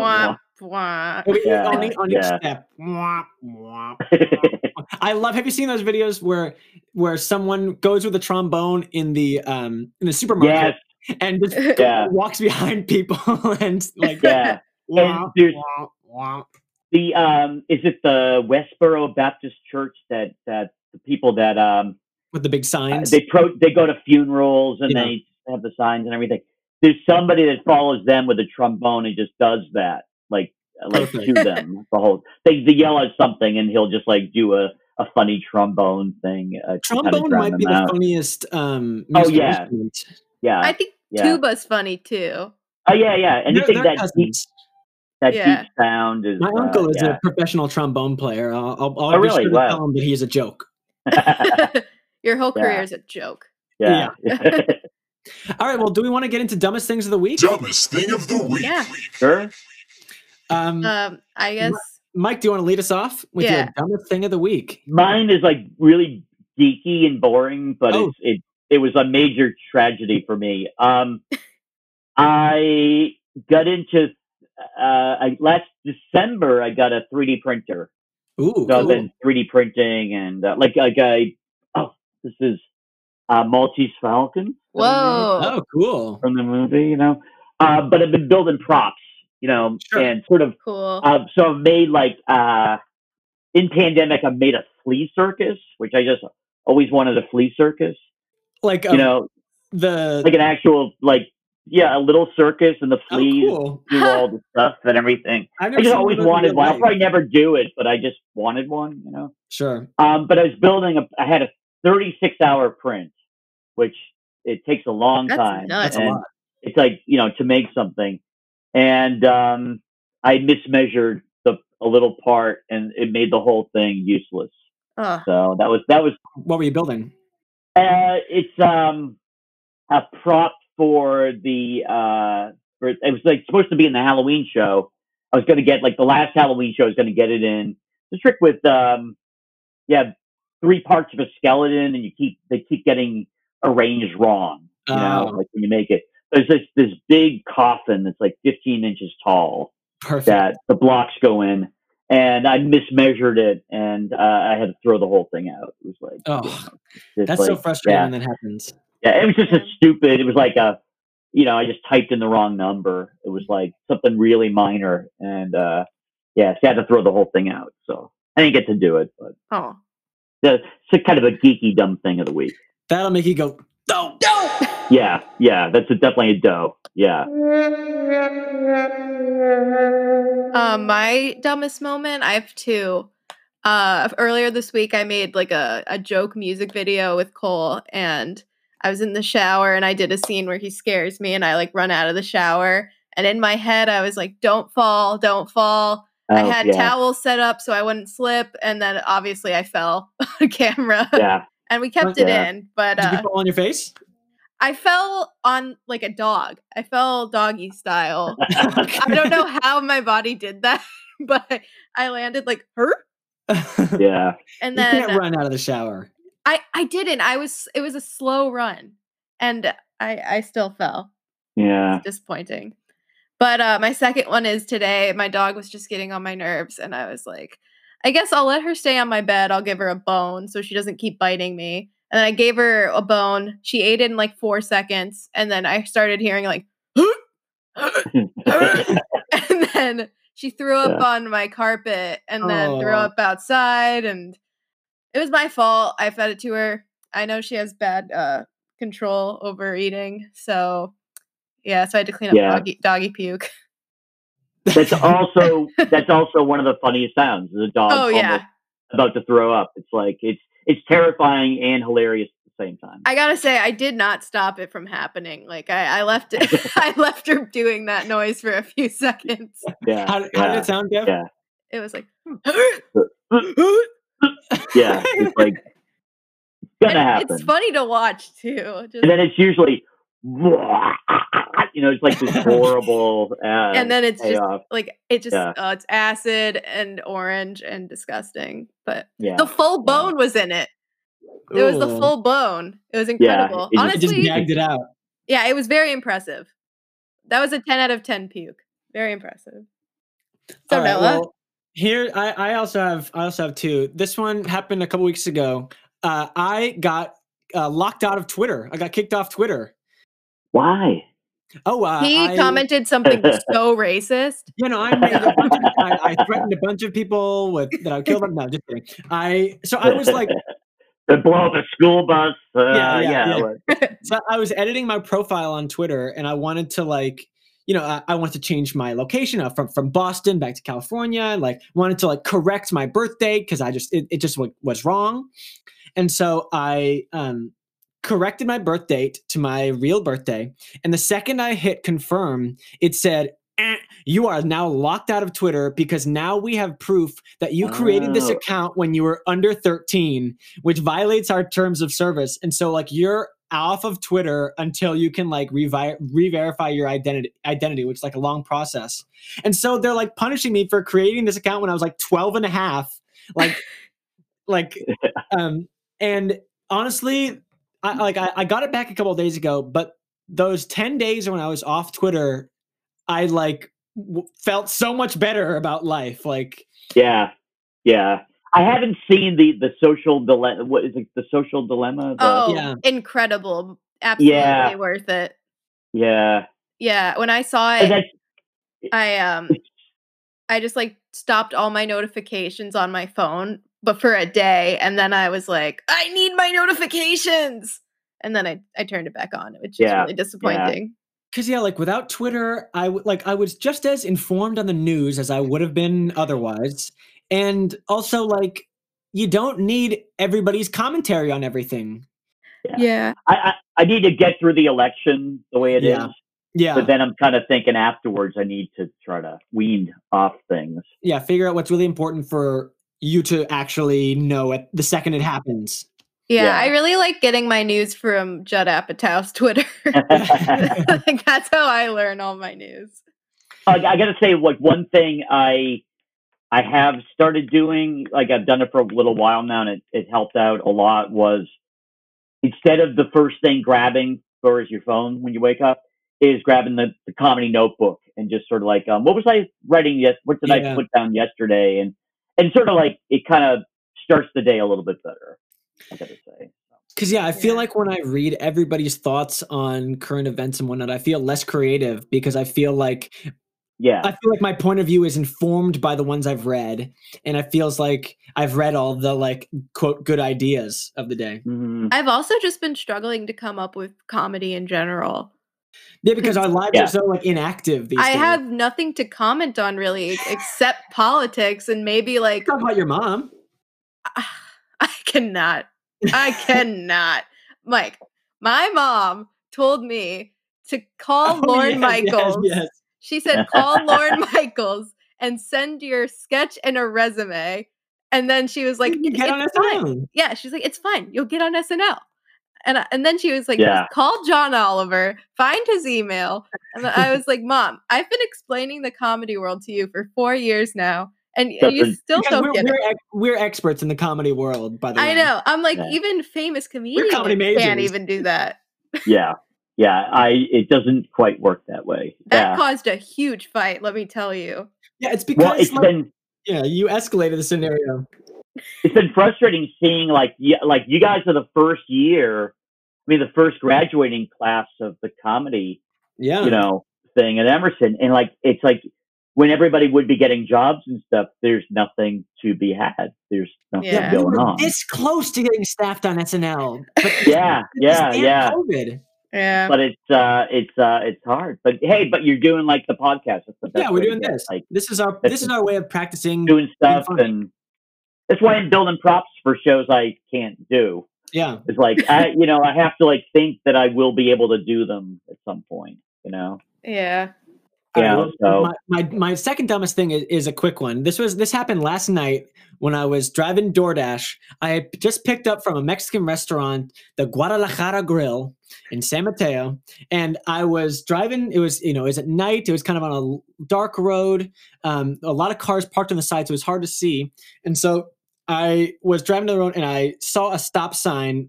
Wah, wah. wah. Okay, Yeah, on, each- on each yeah. step. Mwah, mwah, mwah. I love. Have you seen those videos where where someone goes with a trombone in the um in the yes, supermarket and just Yeah. walks behind people and like yeah. wah, there's- wah, wah. The um, is it the Westboro Baptist Church that that the people that um with the big Uh, signs. they pro they go to funerals and Yeah. they have the signs and everything. There's somebody that follows them with a trombone and just does that, like uh, like to Perfect. them the whole. They, they yell at something and he'll just like do a, a funny trombone thing. Uh, to kinda Trombone drown might them be the out. funniest um Oh, musical yeah. instrument. yeah. I think yeah. tuba's funny too. oh yeah, yeah. They're, Anything they're that deep, cousins. that Yeah. deep sound is. My uh, uncle is yeah. a professional trombone player. I'll, I'll, I'll Oh, be really? sure to Wow. tell him that he is a joke. Your whole Yeah. career is a joke. yeah. All right. Well, do we want to get into dumbest things of the week? Dumbest thing of the week. Yeah. sure. Um, Um, I Mm. guess Mike, do you want to lead us off with your Yeah. dumbest thing of the week? Mine is like really geeky and boring, but Oh. it's, it it was a major tragedy for me. Um, I got into uh, I, last December. I got a 3D printer, Ooh, so I've been 3D printing and uh, like like I oh this is uh, Maltese Falcon whoa. oh, cool. from the movie, you know. Uh, but I've been building props, you know, Sure. and sort of Cool. um, so I've made like uh, in pandemic, I've made a flea circus, which I just always wanted a flea circus. Like You um, know, the like an actual like yeah, a little circus and the oh, fleas cool. do all the stuff and everything. I've never I just seen always one of those in wanted real one. I'll life. probably never do it, but I just wanted one. You know. Sure. Um, but I was building a. I had a 36 hour print, which it takes a long That's time. nuts. That's a and lot. It's like you know to make something, and um, I mismeasured the a little part, and it made the whole thing useless. Ugh. So that was that was. What were you building? Uh, it's um a prop for the uh for it was like supposed to be in the Halloween show. I was gonna get like the last Halloween show I was gonna get it in. The trick with um yeah, three parts of a skeleton and you keep they keep getting arranged wrong. You know, Oh. like when you make it. There's this this big coffin that's like fifteen inches tall Perfect. that the blocks go in and I mismeasured it and uh, I had to throw the whole thing out. It was like oh, just, that's so like, frustrating yeah. when that happens. Yeah, it was just a Yeah. stupid. It was like a, you know, I just typed in the wrong number. It was like something really minor, and uh yeah, so I had to throw the whole thing out. So I didn't get to do it, but Oh. that's it's a kind of a geeky dumb thing of the week. That'll make you go. Oh, Dope. Yeah, yeah, that's a, definitely a dough. Yeah, Uh, Mm. my dumbest moment, I have two. Uh, earlier this week, I made like a, a joke music video with Cole, and I was in the shower and I did a scene where he scares me, and I like run out of the shower. And in my head, I was like, don't fall, don't fall. I Oh, had yeah, towels set up so I wouldn't slip. And then obviously I fell on camera yeah. Oh, and we kept it Yeah. in. But did uh, you fall on your face? I fell on like a dog. I fell doggy style. I don't know how my body did that, but I landed like her. you yeah, And can't then uh, run out of the shower. I, I didn't. I was it was a slow run, and I I still fell. yeah. Disappointing. But uh, my second one is today. My dog was just getting on my nerves, and I was like, I guess I'll let her stay on my bed. I'll give her a bone so she doesn't keep biting me. And I gave her a bone. She ate it in like four seconds, and then I started hearing like, and then she threw up on my carpet and then threw Oh. up outside and it was my fault i fed it to her i know she has bad uh control over eating so yeah so i had to clean up Yeah. doggy, doggy puke That's also that's also one of the funniest sounds. The dog oh yeah almost about to throw up. It's like it's it's terrifying and hilarious at the same time. i gotta say i did not stop it from happening like i, I left it i left her doing that noise for a few seconds Yeah, Hmm. How, how did yeah, it sound, Jeff? yeah. it was like yeah. It's like it's gonna and happen. it's funny to watch too just, and then it's usually you know it's like this horrible uh, and then it's just payoff. like it just Yeah. oh, it's acid and orange and disgusting but yeah. the full yeah. bone was in it it was the Ooh. full bone it was incredible it just- It just honestly gagged it out. yeah it was very impressive that was a 10 out of 10 puke very impressive so All right, Noah, well, here I, I also have I also have two. This one happened a couple weeks ago. Uh, I got uh, locked out of Twitter. I got kicked off Twitter. Why? Oh, uh, he I, commented something so racist You know, I, made a bunch of, I, I threatened a bunch of people with that I would kill them. No, just kidding. I so I was like, They blow up a school bus. Uh, Yeah, yeah, yeah, yeah. like- so I was editing my profile on Twitter, and I wanted to like, you know, I, I wanted to change my location uh, from from Boston back to California, and like wanted to like correct my birthday because I just it, it just wa- was wrong, and so I um corrected my birth date to my real birthday, and the second I hit confirm, it said. "Eh, You are now locked out of Twitter because now we have proof that you created this Oh. account when you were under 13 which violates our terms of service. And so like you're off of Twitter until you can like revi- re-verify your identity identity, which is like a long process. And so they're like punishing me for creating this account when I was like 12 and a half. Like like um and honestly, I like I, I got it back a couple of days ago, but those 10 days when I was off Twitter, I like w- felt so much better about life. Like yeah, yeah. I haven't seen the the social dilemma. What is it? The social dilemma. The, oh Yeah. incredible absolutely worth it yeah. yeah when i saw And it that's I um I just like stopped all my notifications on my phone but for a day and then I was like, I need my notifications. And then I, I turned it back on, which is Yeah, really disappointing. Cause yeah, like without Twitter, I w- like I was just as informed on the news as I would have been otherwise, and also like you don't need everybody's commentary on everything. Yeah. Yeah. I, I I need to get through the election the way it is. Yeah. Yeah, But then I'm kind of thinking afterwards. I need to try to wean off things. yeah. Figure out what's really important for you to actually know at the second it happens. yeah. Yeah. I really like getting my news from Judd Apatow's Twitter. like that's how I learn all my news. I, I gotta say, like one thing I I have started doing, like I've done it for a little while now, and it, it helped out a lot. Was instead of the first thing grabbing for is your phone when you wake up, is grabbing the, the comedy notebook and just sort of like, um, what was I writing yes? What did Yeah. I put down yesterday? And and sort of like it kind of starts the day a little bit better. I gotta say, Cause yeah, I feel Yeah. like when I read everybody's thoughts on current events and whatnot, I feel less creative because I feel like yeah, I feel like my point of view is informed by the ones I've read, and it feels like I've read all the like quote good ideas of the day. Mhm. I've also just been struggling to come up with comedy in general. Yeah, because our lives Yeah. are so like inactive these I days. have nothing to comment on really ex- except politics and maybe like talk about your mom. I cannot. I cannot. Mike, my mom told me to call Oh, Lorne yes, yes, Michaels. yes. She said, call Lorne Michaels and send your sketch and a resume. And then she was like, You can "It- get on it's fine. SNL. Yeah, she's like, it's fine. You'll get on SNL. And, I, and then she was like, Yeah. "Just call John Oliver, find his email. And then I was like, Mom, I've been explaining the comedy world to you for four years now, and y- you Doesn't- still Because don't we're, get it. we're, ex- we're experts in the comedy world, by the way. I know. I'm like, Yeah. even famous comedians comedy can't majors. even do that. yeah, yeah. I it doesn't quite work that way. That Yeah. caused a huge fight, let me tell you. Yeah, it's because Well, it's like, been yeah, you escalated the scenario. it's been frustrating seeing like yeah, like you guys are the first year. I mean, the first graduating class of the comedy, Yeah, you know, thing at Emerson, and like it's like when everybody would be getting jobs and stuff, there's nothing to be had. There's nothing Yeah. we going were on. this close to getting staffed on SNL. But Yeah, yeah, Damn yeah. COVID. Yeah. But it's uh, it's uh, it's hard. But hey, but you're doing like the podcast. That's the yeah, best we're way to doing get, this. Like this is our that's- this is our way of practicing. doing stuff, funny. and that's why I'm building props for shows I can't do. Yeah, It's like I, you know, I have to like think that I will be able to do them at some point. You know, Yeah. Yeah, All right, so- well, my, my my second dumbest thing is, is a quick one. This was this happened last night when I was driving DoorDash. I had just picked up from a Mexican restaurant, the Guadalajara Grill in San Mateo, and I was driving. It was you know it was at night. It was kind of on a l- dark road. Um, a lot of cars parked on the side, so it was hard to see. And so I was driving down the road and I saw a stop sign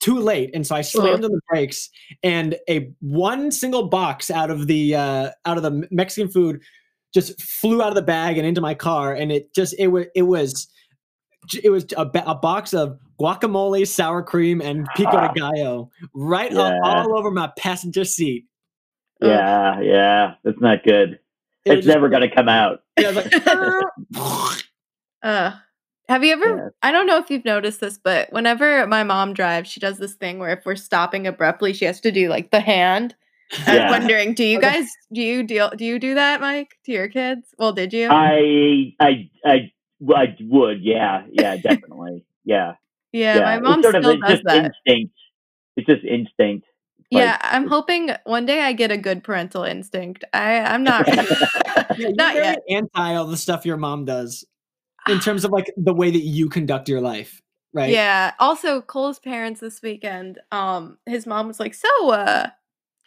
too late and so i slammed on the brakes and a one single box out of the uh out of the Me- mexican food just flew out of the bag and into my car and it just it was it was j- it was a, ba- a box of guacamole sour cream and pico Ah. de gallo right up Yeah. all over my passenger seat Ugh. yeah, yeah, that's not good. It was it's just- never going to come out. yeah, it was like, Uh, have you ever? Yes. I don't know if you've noticed this, but whenever my mom drives, she does this thing where if we're stopping abruptly, she has to do like the hand. And Yeah. I'm wondering, do you Okay. guys do you deal do you do that, Mike, to your kids? Well, did you? Um, I, I, I, well, I would. Yeah, yeah, definitely. Yeah, yeah, my It's mom sort of- still it's does just that. Instinct. It's just instinct. like- yeah, I'm hoping one day I get a good parental instinct. I I'm not really yeah, you're Not very yet. anti all the stuff your mom does in terms of like the way that you conduct your life right Yeah. Also, Cole's parents this weekend, um, his mom was like, "So, uh,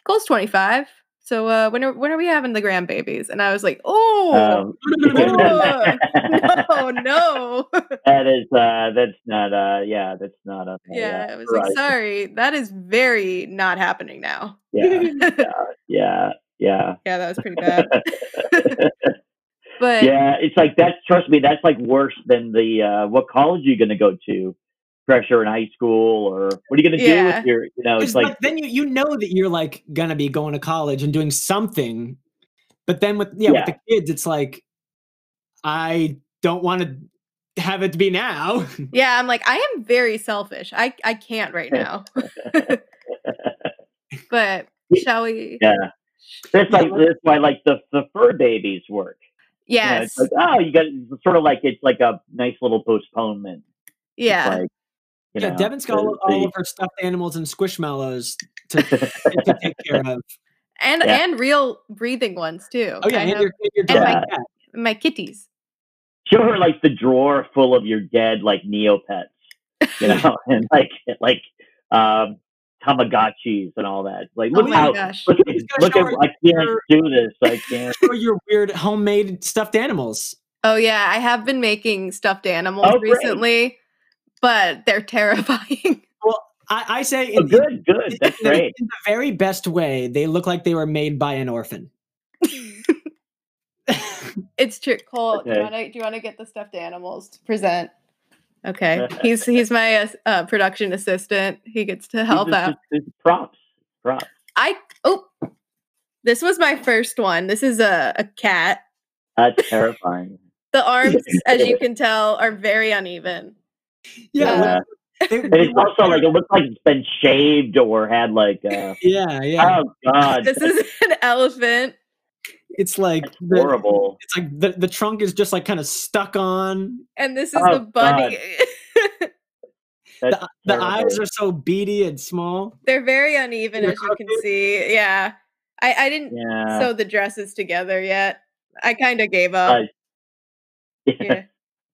Cole's 25. So, uh, when are when are we having the grandbabies?" And I was like, "Oh, Um, no, no, no." that is. Uh, that's not. Uh, yeah, that's not. Uh, yeah, I was right. like, "Sorry, that is very not happening now." Yeah, yeah, yeah, yeah. that was pretty bad. but yeah, it's like that's trust me, that's like worse than the uh what college are you gonna go to? Pressure in high school or what are you gonna do Yeah. with your you know, it's It's like like then you you know that you're like gonna be going to college and doing something, but then with yeah, with Yeah. the kids, it's like I don't want to have it be now. yeah, I'm like, I am very selfish. I I can't right now. but Yeah. shall we? Yeah. that's Yeah, like like- that's why like the the fur babies work. You know, Yes. it's like, oh you got it's sort of like it's like a nice little postponement. It's yeah. like, you yeah, know, Devin's got all, the- all the- of her stuffed animals and squishmallows to, to take care of. and Yeah. and real breathing ones too. Oh yeah, I and have your, and your and dog. my- yeah. my kitties. show her like the drawer full of your dead like Neopets, you know, and like like um Tamagotchis and all that. Like Oh look oh my how my gosh. look at, He's gonna look show at her I can't your- do this. I can't. Or your weird homemade stuffed animals. Oh yeah, I have been making stuffed animals Oh, great. recently, but they're terrifying. I, I say in, Oh, in- good, good. That's in the- great. in the very best way, they look like they were made by an orphan. it's true. Cole, do Okay. you want to do you want to get the stuffed animals to present? Okay, he's he's my uh, uh, production assistant. He gets to help This is- out. this is props. Props. I oh, this was my first one. This is a a cat. That's terrifying. The arms, as you can tell, are very uneven. Yeah, Yeah. they- and they it's look also like very- it looks like it's been shaved or had like uh yeah, yeah. oh god. This is an elephant. it's like that's the, horrible. it's like the, the trunk is just like kind of stuck on And this is Oh, the bunny. That's the, the eyes terrible. are so beady and small They're very uneven, You're as you can crooked. see. Yeah. I, I didn't yeah. sew the dresses together yet. I kind of gave Uh, up. yeah. yeah.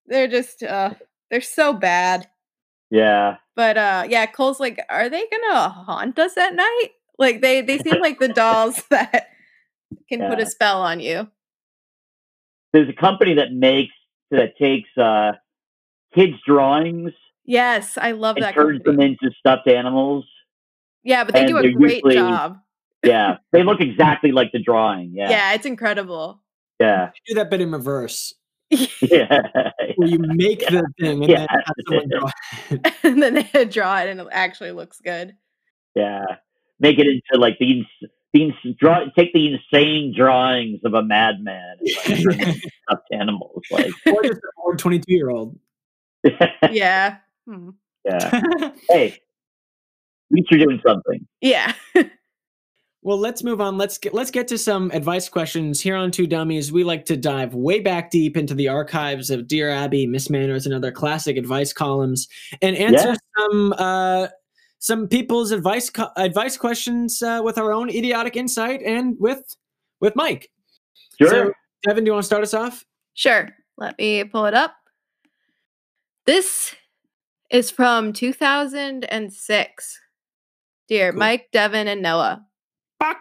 They're just, uh, they're so bad. Yeah. But uh, yeah, Cole's like, are they going to haunt us at night? Like, they, they seem like the dolls that can put Yeah. a spell on you. There's a company that makes that takes uh kids drawings Yes, I love and Oh, that. turns company. them into stuffed animals. Yeah, but they and do a they're great usually- job. Yeah. they look exactly like the drawing. Yeah. Yeah. it's incredible. Yeah. do that but in reverse Yeah. where you make the thing and then Yeah. have someone draw and then they draw it and it actually looks good. yeah. Make it into like the ins- the ins- draw, take the insane drawings of a madman and like, turn them into stuffed animals. Like, or just a bored 22 year old. yeah. Hmm. yeah. Hey, at least you're doing something. Yeah. Well, let's move on. Let's get let's get to some advice questions here on Two Dummies. We like to dive way back deep into the archives of Dear Abby, Miss Manners, and other classic advice columns, and answer some uh, some people's advice co- advice questions uh, with our own idiotic insight and with with Mike. Sure. So, Evan, do you want to start us off? Sure. Let me pull it up. This is from 2006. Dear Cool. Mike, Devin, and Noah. Fuck.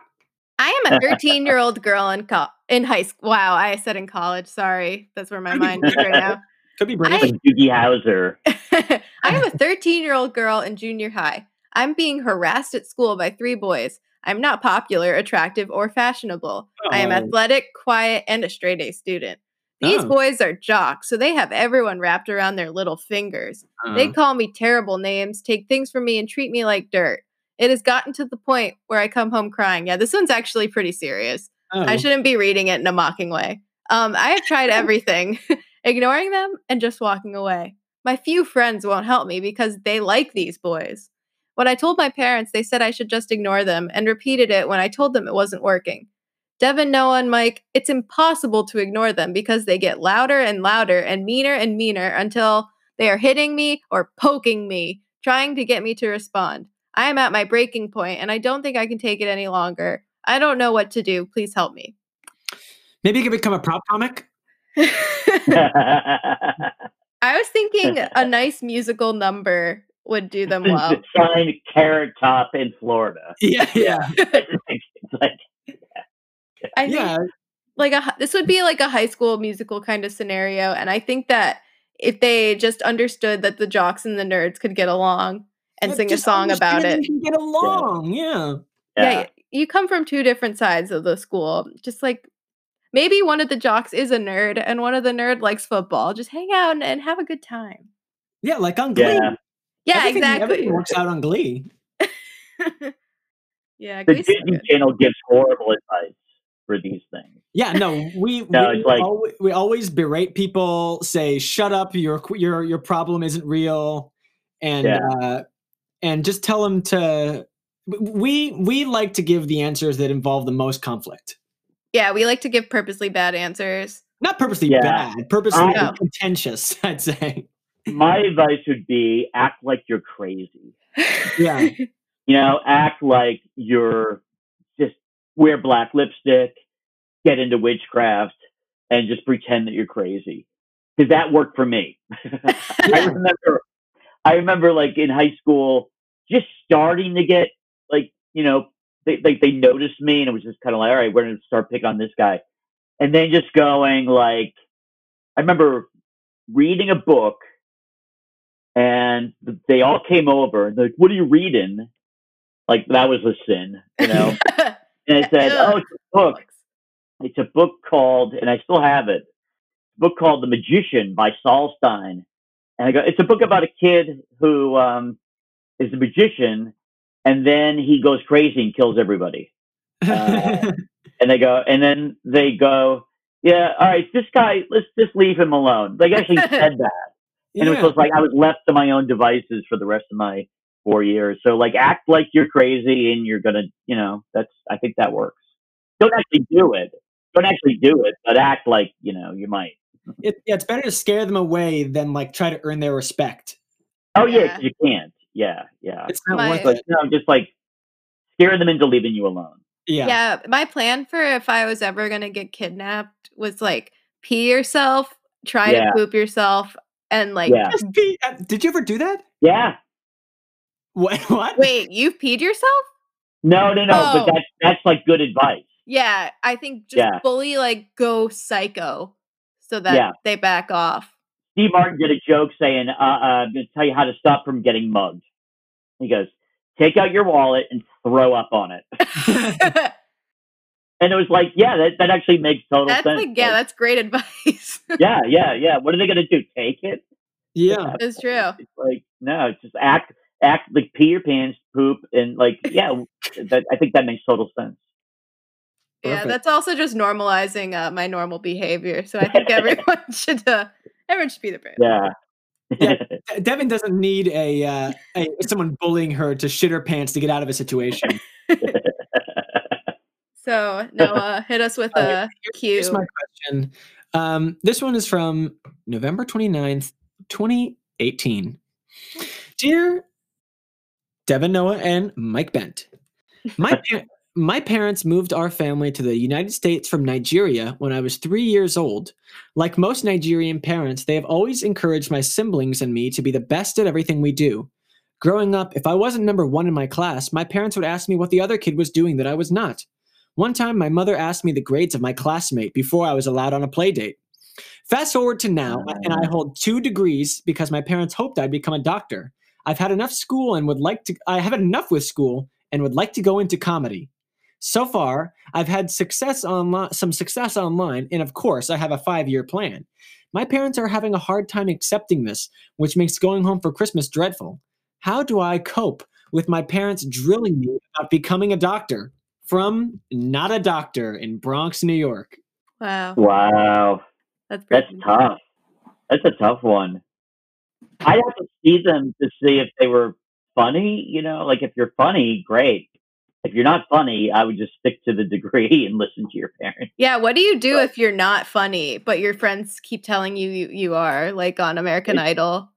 I am a 13 year old girl in co- in high school. Wow, I said in college. Sorry, that's where my mind is right now. Could be British. I- Like Doogie Howser. I am a 13 year old girl in junior high. I'm being harassed at school by three boys. I'm not popular, attractive, or fashionable. I am Oh. athletic, quiet, and a straight A student. These Oh. boys are jocks, so they have everyone wrapped around their little fingers. They Uh, call me terrible names, take things from me, and treat me like dirt. It has gotten to the point where I come home crying. Yeah, this one's actually pretty serious. I oh. shouldn't be reading it in a mocking way. Um, I have tried everything, ignoring them and just walking away. My few friends won't help me because they like these boys. When I told my parents, they said I should just ignore them and repeated it when I told them it wasn't working. Devin, Noah, and Mike, it's impossible to ignore them because they get louder and louder and meaner and meaner until they are hitting me or poking me, trying to get me to respond. I am at my breaking point and I don't think I can take it any longer. I don't know what to do. Please help me. Maybe you could become a prop comic. I was thinking a nice musical number would do them well. Sign Carrot Top in Florida. Yeah, yeah, like, I think yeah. like a hi- this would be like a high school musical kind of scenario and I think that if they just understood that the jocks and the nerds could get along and But sing a just song about understand it. and Get along, yeah. yeah. yeah. y- you come from two different sides of the school just like maybe one of the jocks is a nerd and one of the nerd likes football just hang out and, and have a good time Yeah, like on Glee. Yeah. yeah Everything- exactly Everything works out on Glee. yeah The Grease is Disney good. Channel gives horrible advice for these things. Yeah, no, we No, we, it's like- always, we always berate people, say shut up, your qu- your your problem isn't real, and Yeah. uh, and just tell them to. We we like to give the answers that involve the most conflict, yeah we like to give purposely bad answers not purposely Yeah. bad, purposely I- contentious. I'd say. My advice would be act like you're crazy. Yeah. You know, act like you're just wear black lipstick, get into witchcraft, and just pretend that you're crazy. Because that worked for me. I remember, I remember, like in high school, just starting to get like you know, they like they noticed me, and it was just kind of like, all right, we're gonna start picking on this guy, and then just going like, I remember reading a book, and th- they all came over, and they're like, what are you reading? Like that was a sin, you know. And I said, Ugh. oh, it's a book. It's a book called, and I still have it. It's a book called The Magician by Saul Stein. And I go, it's a book about a kid who um, is a magician, and then he goes crazy and kills everybody. Uh, And they go, and then they go, yeah, all right, this guy, let's just leave him alone. They actually said that. And it was yeah. just like I was left to my own devices for the rest of my four years. So like act like you're crazy and you're gonna you know, that's I think that works. Don't actually do it. Don't actually do it, but act like, you know, you might. It- yeah, it's better to scare them away than like try to earn their respect. Oh yeah, Yeah. 'cause you can't. Yeah, yeah. It's not My- worth But it. no, just like scare them into leaving you alone. Yeah. yeah. my plan for if i was ever going to get kidnapped was like pee yourself try Yeah. to poop yourself and like Yeah. Just be- uh, Did you ever do that? Yeah. What? what? wait you've peed yourself No, no, no. Oh. But that's that's like good advice. Yeah, I think just Yeah. fully like go psycho so that Yeah. they back off. Steve Martin did a joke saying, uh, uh, I'm going to tell you how to stop from getting mugged. He goes, take out your wallet and throw up on it. that's And it was like, yeah, that, that actually makes total sense. like yeah, that's great advice. Like, yeah, yeah, yeah. What are they gonna do? Take it? Yeah. That's true. It's like no, it's just act act like pee your pants, poop, and like yeah. that, I think that makes total sense. Yeah, Perfect. that's also just normalizing uh, my normal behavior. So I think everyone should uh, everyone should be the brave. Yeah. Yeah. De- Devin doesn't need a, uh, a someone bullying her to shit her pants to get out of a situation. So Noah, hit us with a cue. Here's my question. Um, this one is from November 29th, 2018. Dear Devin Noah and Mike Bent, my, par- my parents moved our family to the United States from Nigeria when I was three years old. Like most Nigerian parents, they have always encouraged my siblings and me to be the best at everything we do. Growing up, if I wasn't number one in my class, my parents would ask me what the other kid was doing that I was not. One time, my mother asked me the grades of my classmate before I was allowed on a play date. Fast forward to now, and I hold two degrees because my parents hoped I'd become a doctor. I've had enough school and would like to, I have enough with school and would like to go into comedy. So far, I've had success online, some success online, and of course, I have a five year plan. My parents are having a hard time accepting this, which makes going home for Christmas dreadful. How do I cope with my parents drilling me about becoming a doctor? from Not a Doctor in Bronx, New York. wow, Wow. that's That's pretty tough. That's a tough one. I'd have to see them to see if they were funny, you know, like if you're funny, great. If you're not funny, I would just stick to the degree and listen to your parents. Yeah, what do you do But- if you're not funny, but your friends keep telling you you, you are, like on American It's- Idol?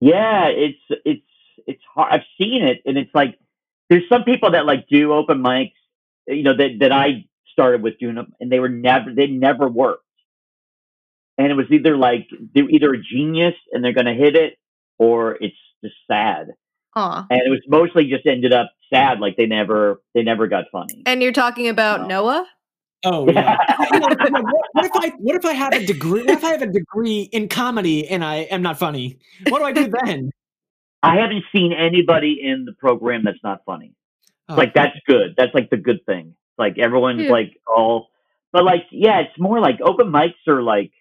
Yeah, it's it's it's hard. I've seen it and it's like there's some people that like do open mics, you know, that that I started with doing them and they were never they never worked. And it was either like they're either a genius and they're going to hit it or it's just sad. Aw. and it was mostly just ended up sad like they never they never got funny And you're talking about Wow. Noah? Oh yeah. You know, you know, what, what if I what if I have a degree? What if I have a degree in comedy and I am not funny? What do I do then? i haven't seen anybody in the program that's not funny Oh, like that's good that's like the good thing like everyone's Yeah. like all but like yeah it's more like open mics are like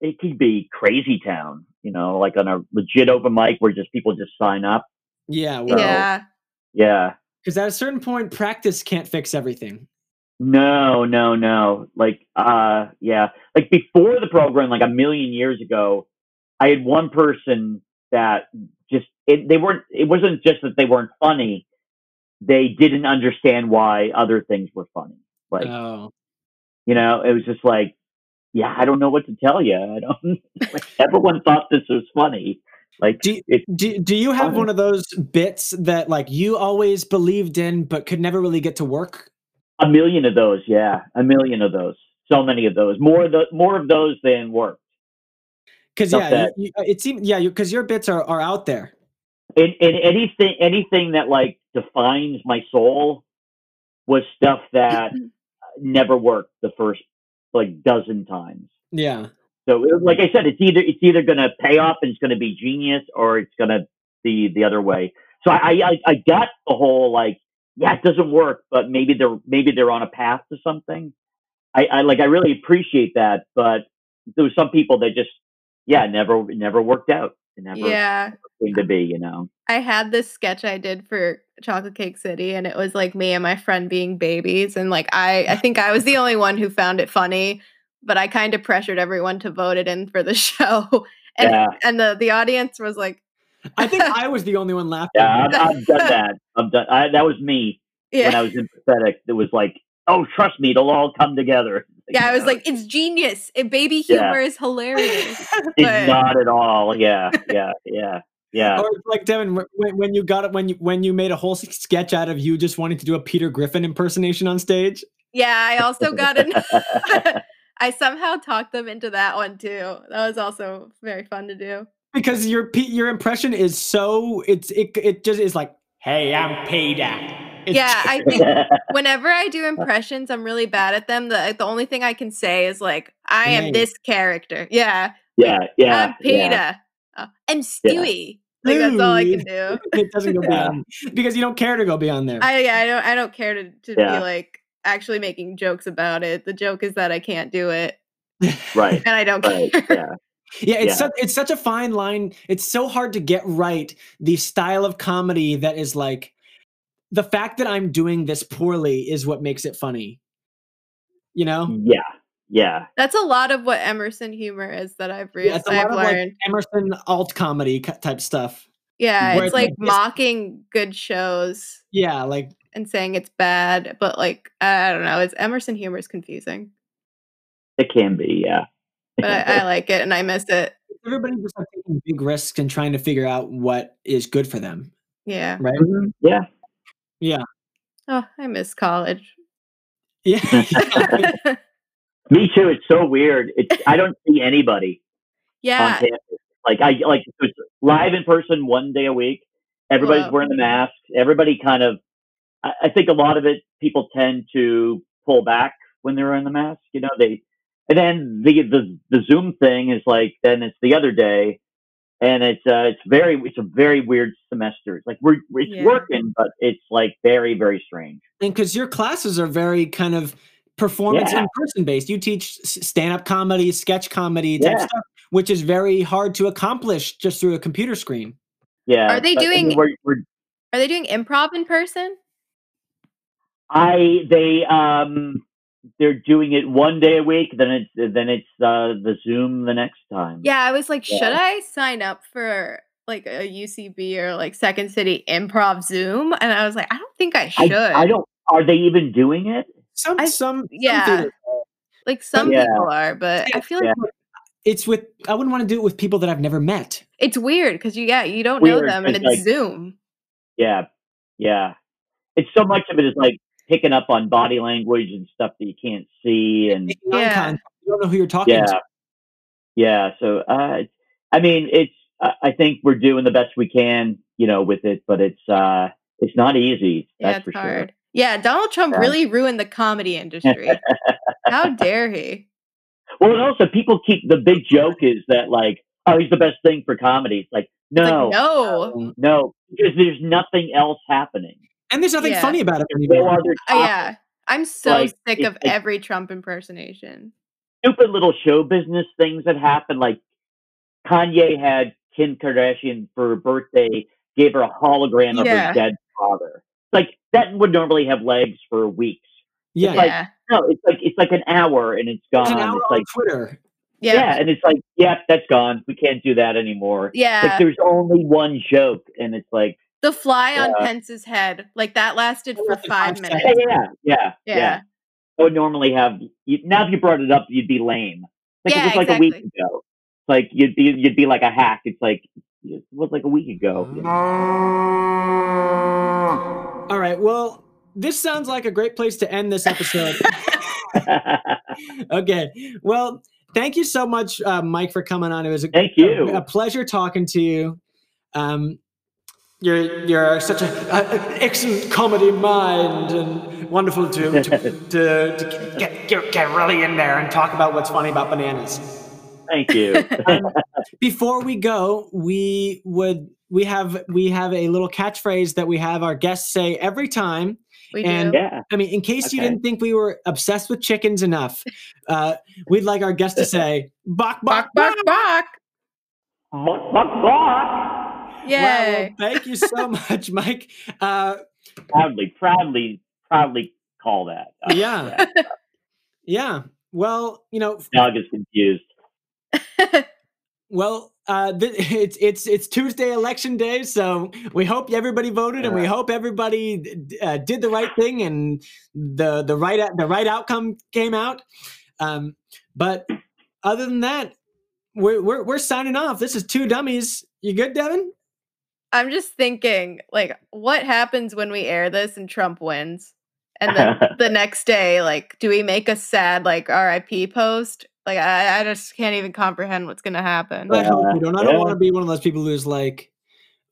it could be crazy town you know like on a legit open mic where just people just sign up Yeah, Well- yeah. yeah Because at a certain point, practice can't fix everything. No, no, no. Like, uh, yeah. Like before the program, like a million years ago, I had one person that just it, they weren't. It wasn't just that they weren't funny; they didn't understand why other things were funny. Like, oh, you know, it was just like, yeah, I don't know what to tell you. I don't. like, everyone thought this was funny. Like, do it, do, do you have funny. one of those bits that like you always believed in but could never really get to work? a million of those. Yeah, a million of those. So many of those. More of the more of those than work. Because Not yeah, that. you, you- it seems yeah, because your bits are are out there. and, and anything anything that like defines my soul was stuff that never worked the first like dozen times Yeah, so it- like i said it's either it's either going to pay off and it's going to be genius or it's going to be the other way so I, I i I got the whole like yeah it doesn't work but maybe they're maybe they're on a path to something i i like i really appreciate that but there was some people that just yeah it never it never worked out it never Yeah. seemed to be you know I had this sketch I did for Chocolate Cake City, and it was like me and my friend being babies, and like I, I think I was the only one who found it funny, but I kind of pressured everyone to vote it in for the show, and yeah and the the audience was like, I think I was the only one laughing. Yeah, I've, I've done that. I've done. I, that was me when yeah, I was empathetic. It was like, oh, trust me, it'll all come together. yeah, I was No, like, it's genius, It- baby Yeah. humor is hilarious. it's but- Oh, not at all. Yeah, yeah, yeah, yeah. Or like Devin, wh- when, when you got it, when you when you made a whole s- sketch out of you just wanting to do a Peter Griffin impersonation on stage. yeah, I also got an. I somehow talked them into that one too. That was also very fun to do. because your Pe- your impression is so it's it it just is like hey I'm Peter. It's- Uh-huh. yeah, I think whenever I do impressions, I'm really bad at them. The the only thing I can say is like, I am Name. this character. Yeah, yeah, yeah, I'm Peter. yeah. Oh, I'm Stewie. Like that's all I can do. it doesn't go Yeah. beyond because you don't care to go beyond there. I yeah, I don't I don't care to to Yeah. be like actually making jokes about it. The joke is that I can't do it, Right, and I don't right. care. Yeah, yeah, it's yeah. Such, it's such a fine line. It's so hard to get right the style of comedy that is like the fact that I'm doing this poorly is what makes it funny. you know? Yeah, yeah. That's a lot of what Emerson humor is that I've re- it's a lot I've of, like, learned. Emerson alt comedy ki- type stuff. yeah, where it's it's like like this- mocking good shows Yeah, like and saying it's bad, but like I don't know, it's Emerson humor is confusing, It can be, yeah. but I, I like it and I miss it. everybody just like taking big risks and trying to figure out what is good for them, Yeah. right? Mhm, yeah. Oh, I miss college. Yeah. Me too. It's so weird. It's I don't see anybody on yeah, campus. Like I like it was live in person one day a week. Everybody's Wow. wearing the masks. Everybody kind of. I, I think a lot of it. People tend to pull back when they're wearing the mask. You know they, and then the the the Zoom thing is like then it's the other day, and it's uh it's very it's a very weird semester. It's like we're it's Yeah. working, but it's like very very strange. and because your classes are very kind of performance Yeah. in person based you teach stand up comedy sketch comedy type Yeah. stuff which is very hard to accomplish just through a computer screen Yeah. Are they but- I mean, doing- we're, we're are they doing improv in person? I they um they're doing it one day a week. Then it's then it's uh, the Zoom the next time. Yeah, I was like, Yeah. should I sign up for like a UCB or like Second City improv Zoom? And I was like, I don't think I I, should. I don't. Are they even doing it? some I- some some yeah. theaters- like some Yeah. people are, but I feel like Yeah. it's with i wouldn't want to do it with people that i've never met it's weird because you yeah, you don't know Weird, them and it's 'cause, like- Zoom. Yeah, yeah. It's so much of it is like picking up on body language and stuff that you can't see, and Making eye Mm. Yeah. contact, you don't know who you're talking yeah, to yeah. So uh, I mean, it's I I think we're doing the best we can, you know, with it, but it's uh it's not easy. Yeah, that's it's for sure. hard. Yeah, Donald Trump Yeah. really ruined the comedy industry. How dare he? Well, and also people keep the big joke is that like, oh, he's the best thing for comedy. It's like, no, It's Like, no. Um, no, because there's nothing else happening. and there's nothing Yeah. funny about it No anymore other Uh, topic. yeah. I'm so Like, sick it's of like- every Trump impersonation. stupid little show business things that happen. Like Kanye had Kim Kardashian for her birthday, gave her a hologram of Yeah. her dead father. Like that would normally have legs for weeks. yeah, Like, yeah. No, it's like it's like an hour and it's gone. There's an hour it's on like twitter Yeah. yeah, and it's like yeah, that's gone. We can't do that anymore. Yeah. Like there's only one joke, and it's like. the fly on Yeah. Pence's head. Like that lasted That for lasted five five seconds. minutes. Yeah, yeah, yeah, Yeah. yeah. I would normally have you, now. If you brought it up, you'd be lame. Like Yeah, it was like a week ago. Like you'd be you'd be like a hack. It's like it was like a week ago. you know? all right well this sounds like a great place to end this episode okay. Well, thank you so much, uh, Mike, for coming on. It was a, Thank you. a, a pleasure talking to you. Um, you're you're such a, a- an excellent comedy mind and wonderful to to, to, to get, get get really in there and talk about what's funny about bananas. Thank you. Before we go, we would we have we have a little catchphrase that we have our guests say every time. We And- do. yeah. I mean, in case you Okay. didn't think we were obsessed with chickens enough, uh, we'd like our guest to say, "Bok bok Bok, bok, bok. Bawk, bawk, bawk. Wow, well, Yay. thank you so much, Mike. Uh, Proudly, proudly, proudly call that. Uh, yeah, yeah. Well, you know, Dog is confused. well, uh, th- it's it's it's Tuesday election day, so we hope everybody voted, and we Yeah. hope everybody d- uh, did the right thing, and the the right out- the right outcome came out. Um, but other than that, we're, we're we're signing off. This is two dummies. You good, Devin? I'm just thinking, like, what happens when we air this and Trump wins? And then the next day, like, do we make a sad, like, RIP post? Like, I, I just can't even comprehend what's going to happen. I hope Yeah. we don't. I don't Uh, Yeah. want to be one of those people who's like,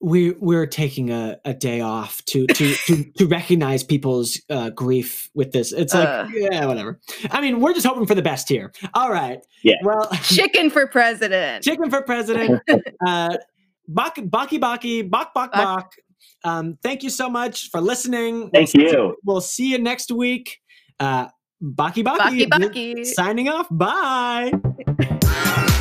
we we're taking a, a day off to to to, to recognize people's uh, grief with this. It's like, Ugh. yeah, whatever. I mean, we're just hoping for the best here. All right. Yeah. Well, Chicken for president. chicken for president. Uh, bak, baki baki bak bak Bak. bak. Um, thank you so much for listening. Thank we'll, see- you. We'll see you next week. Uh, baki Baki, baki. baki. Signing off. Bye.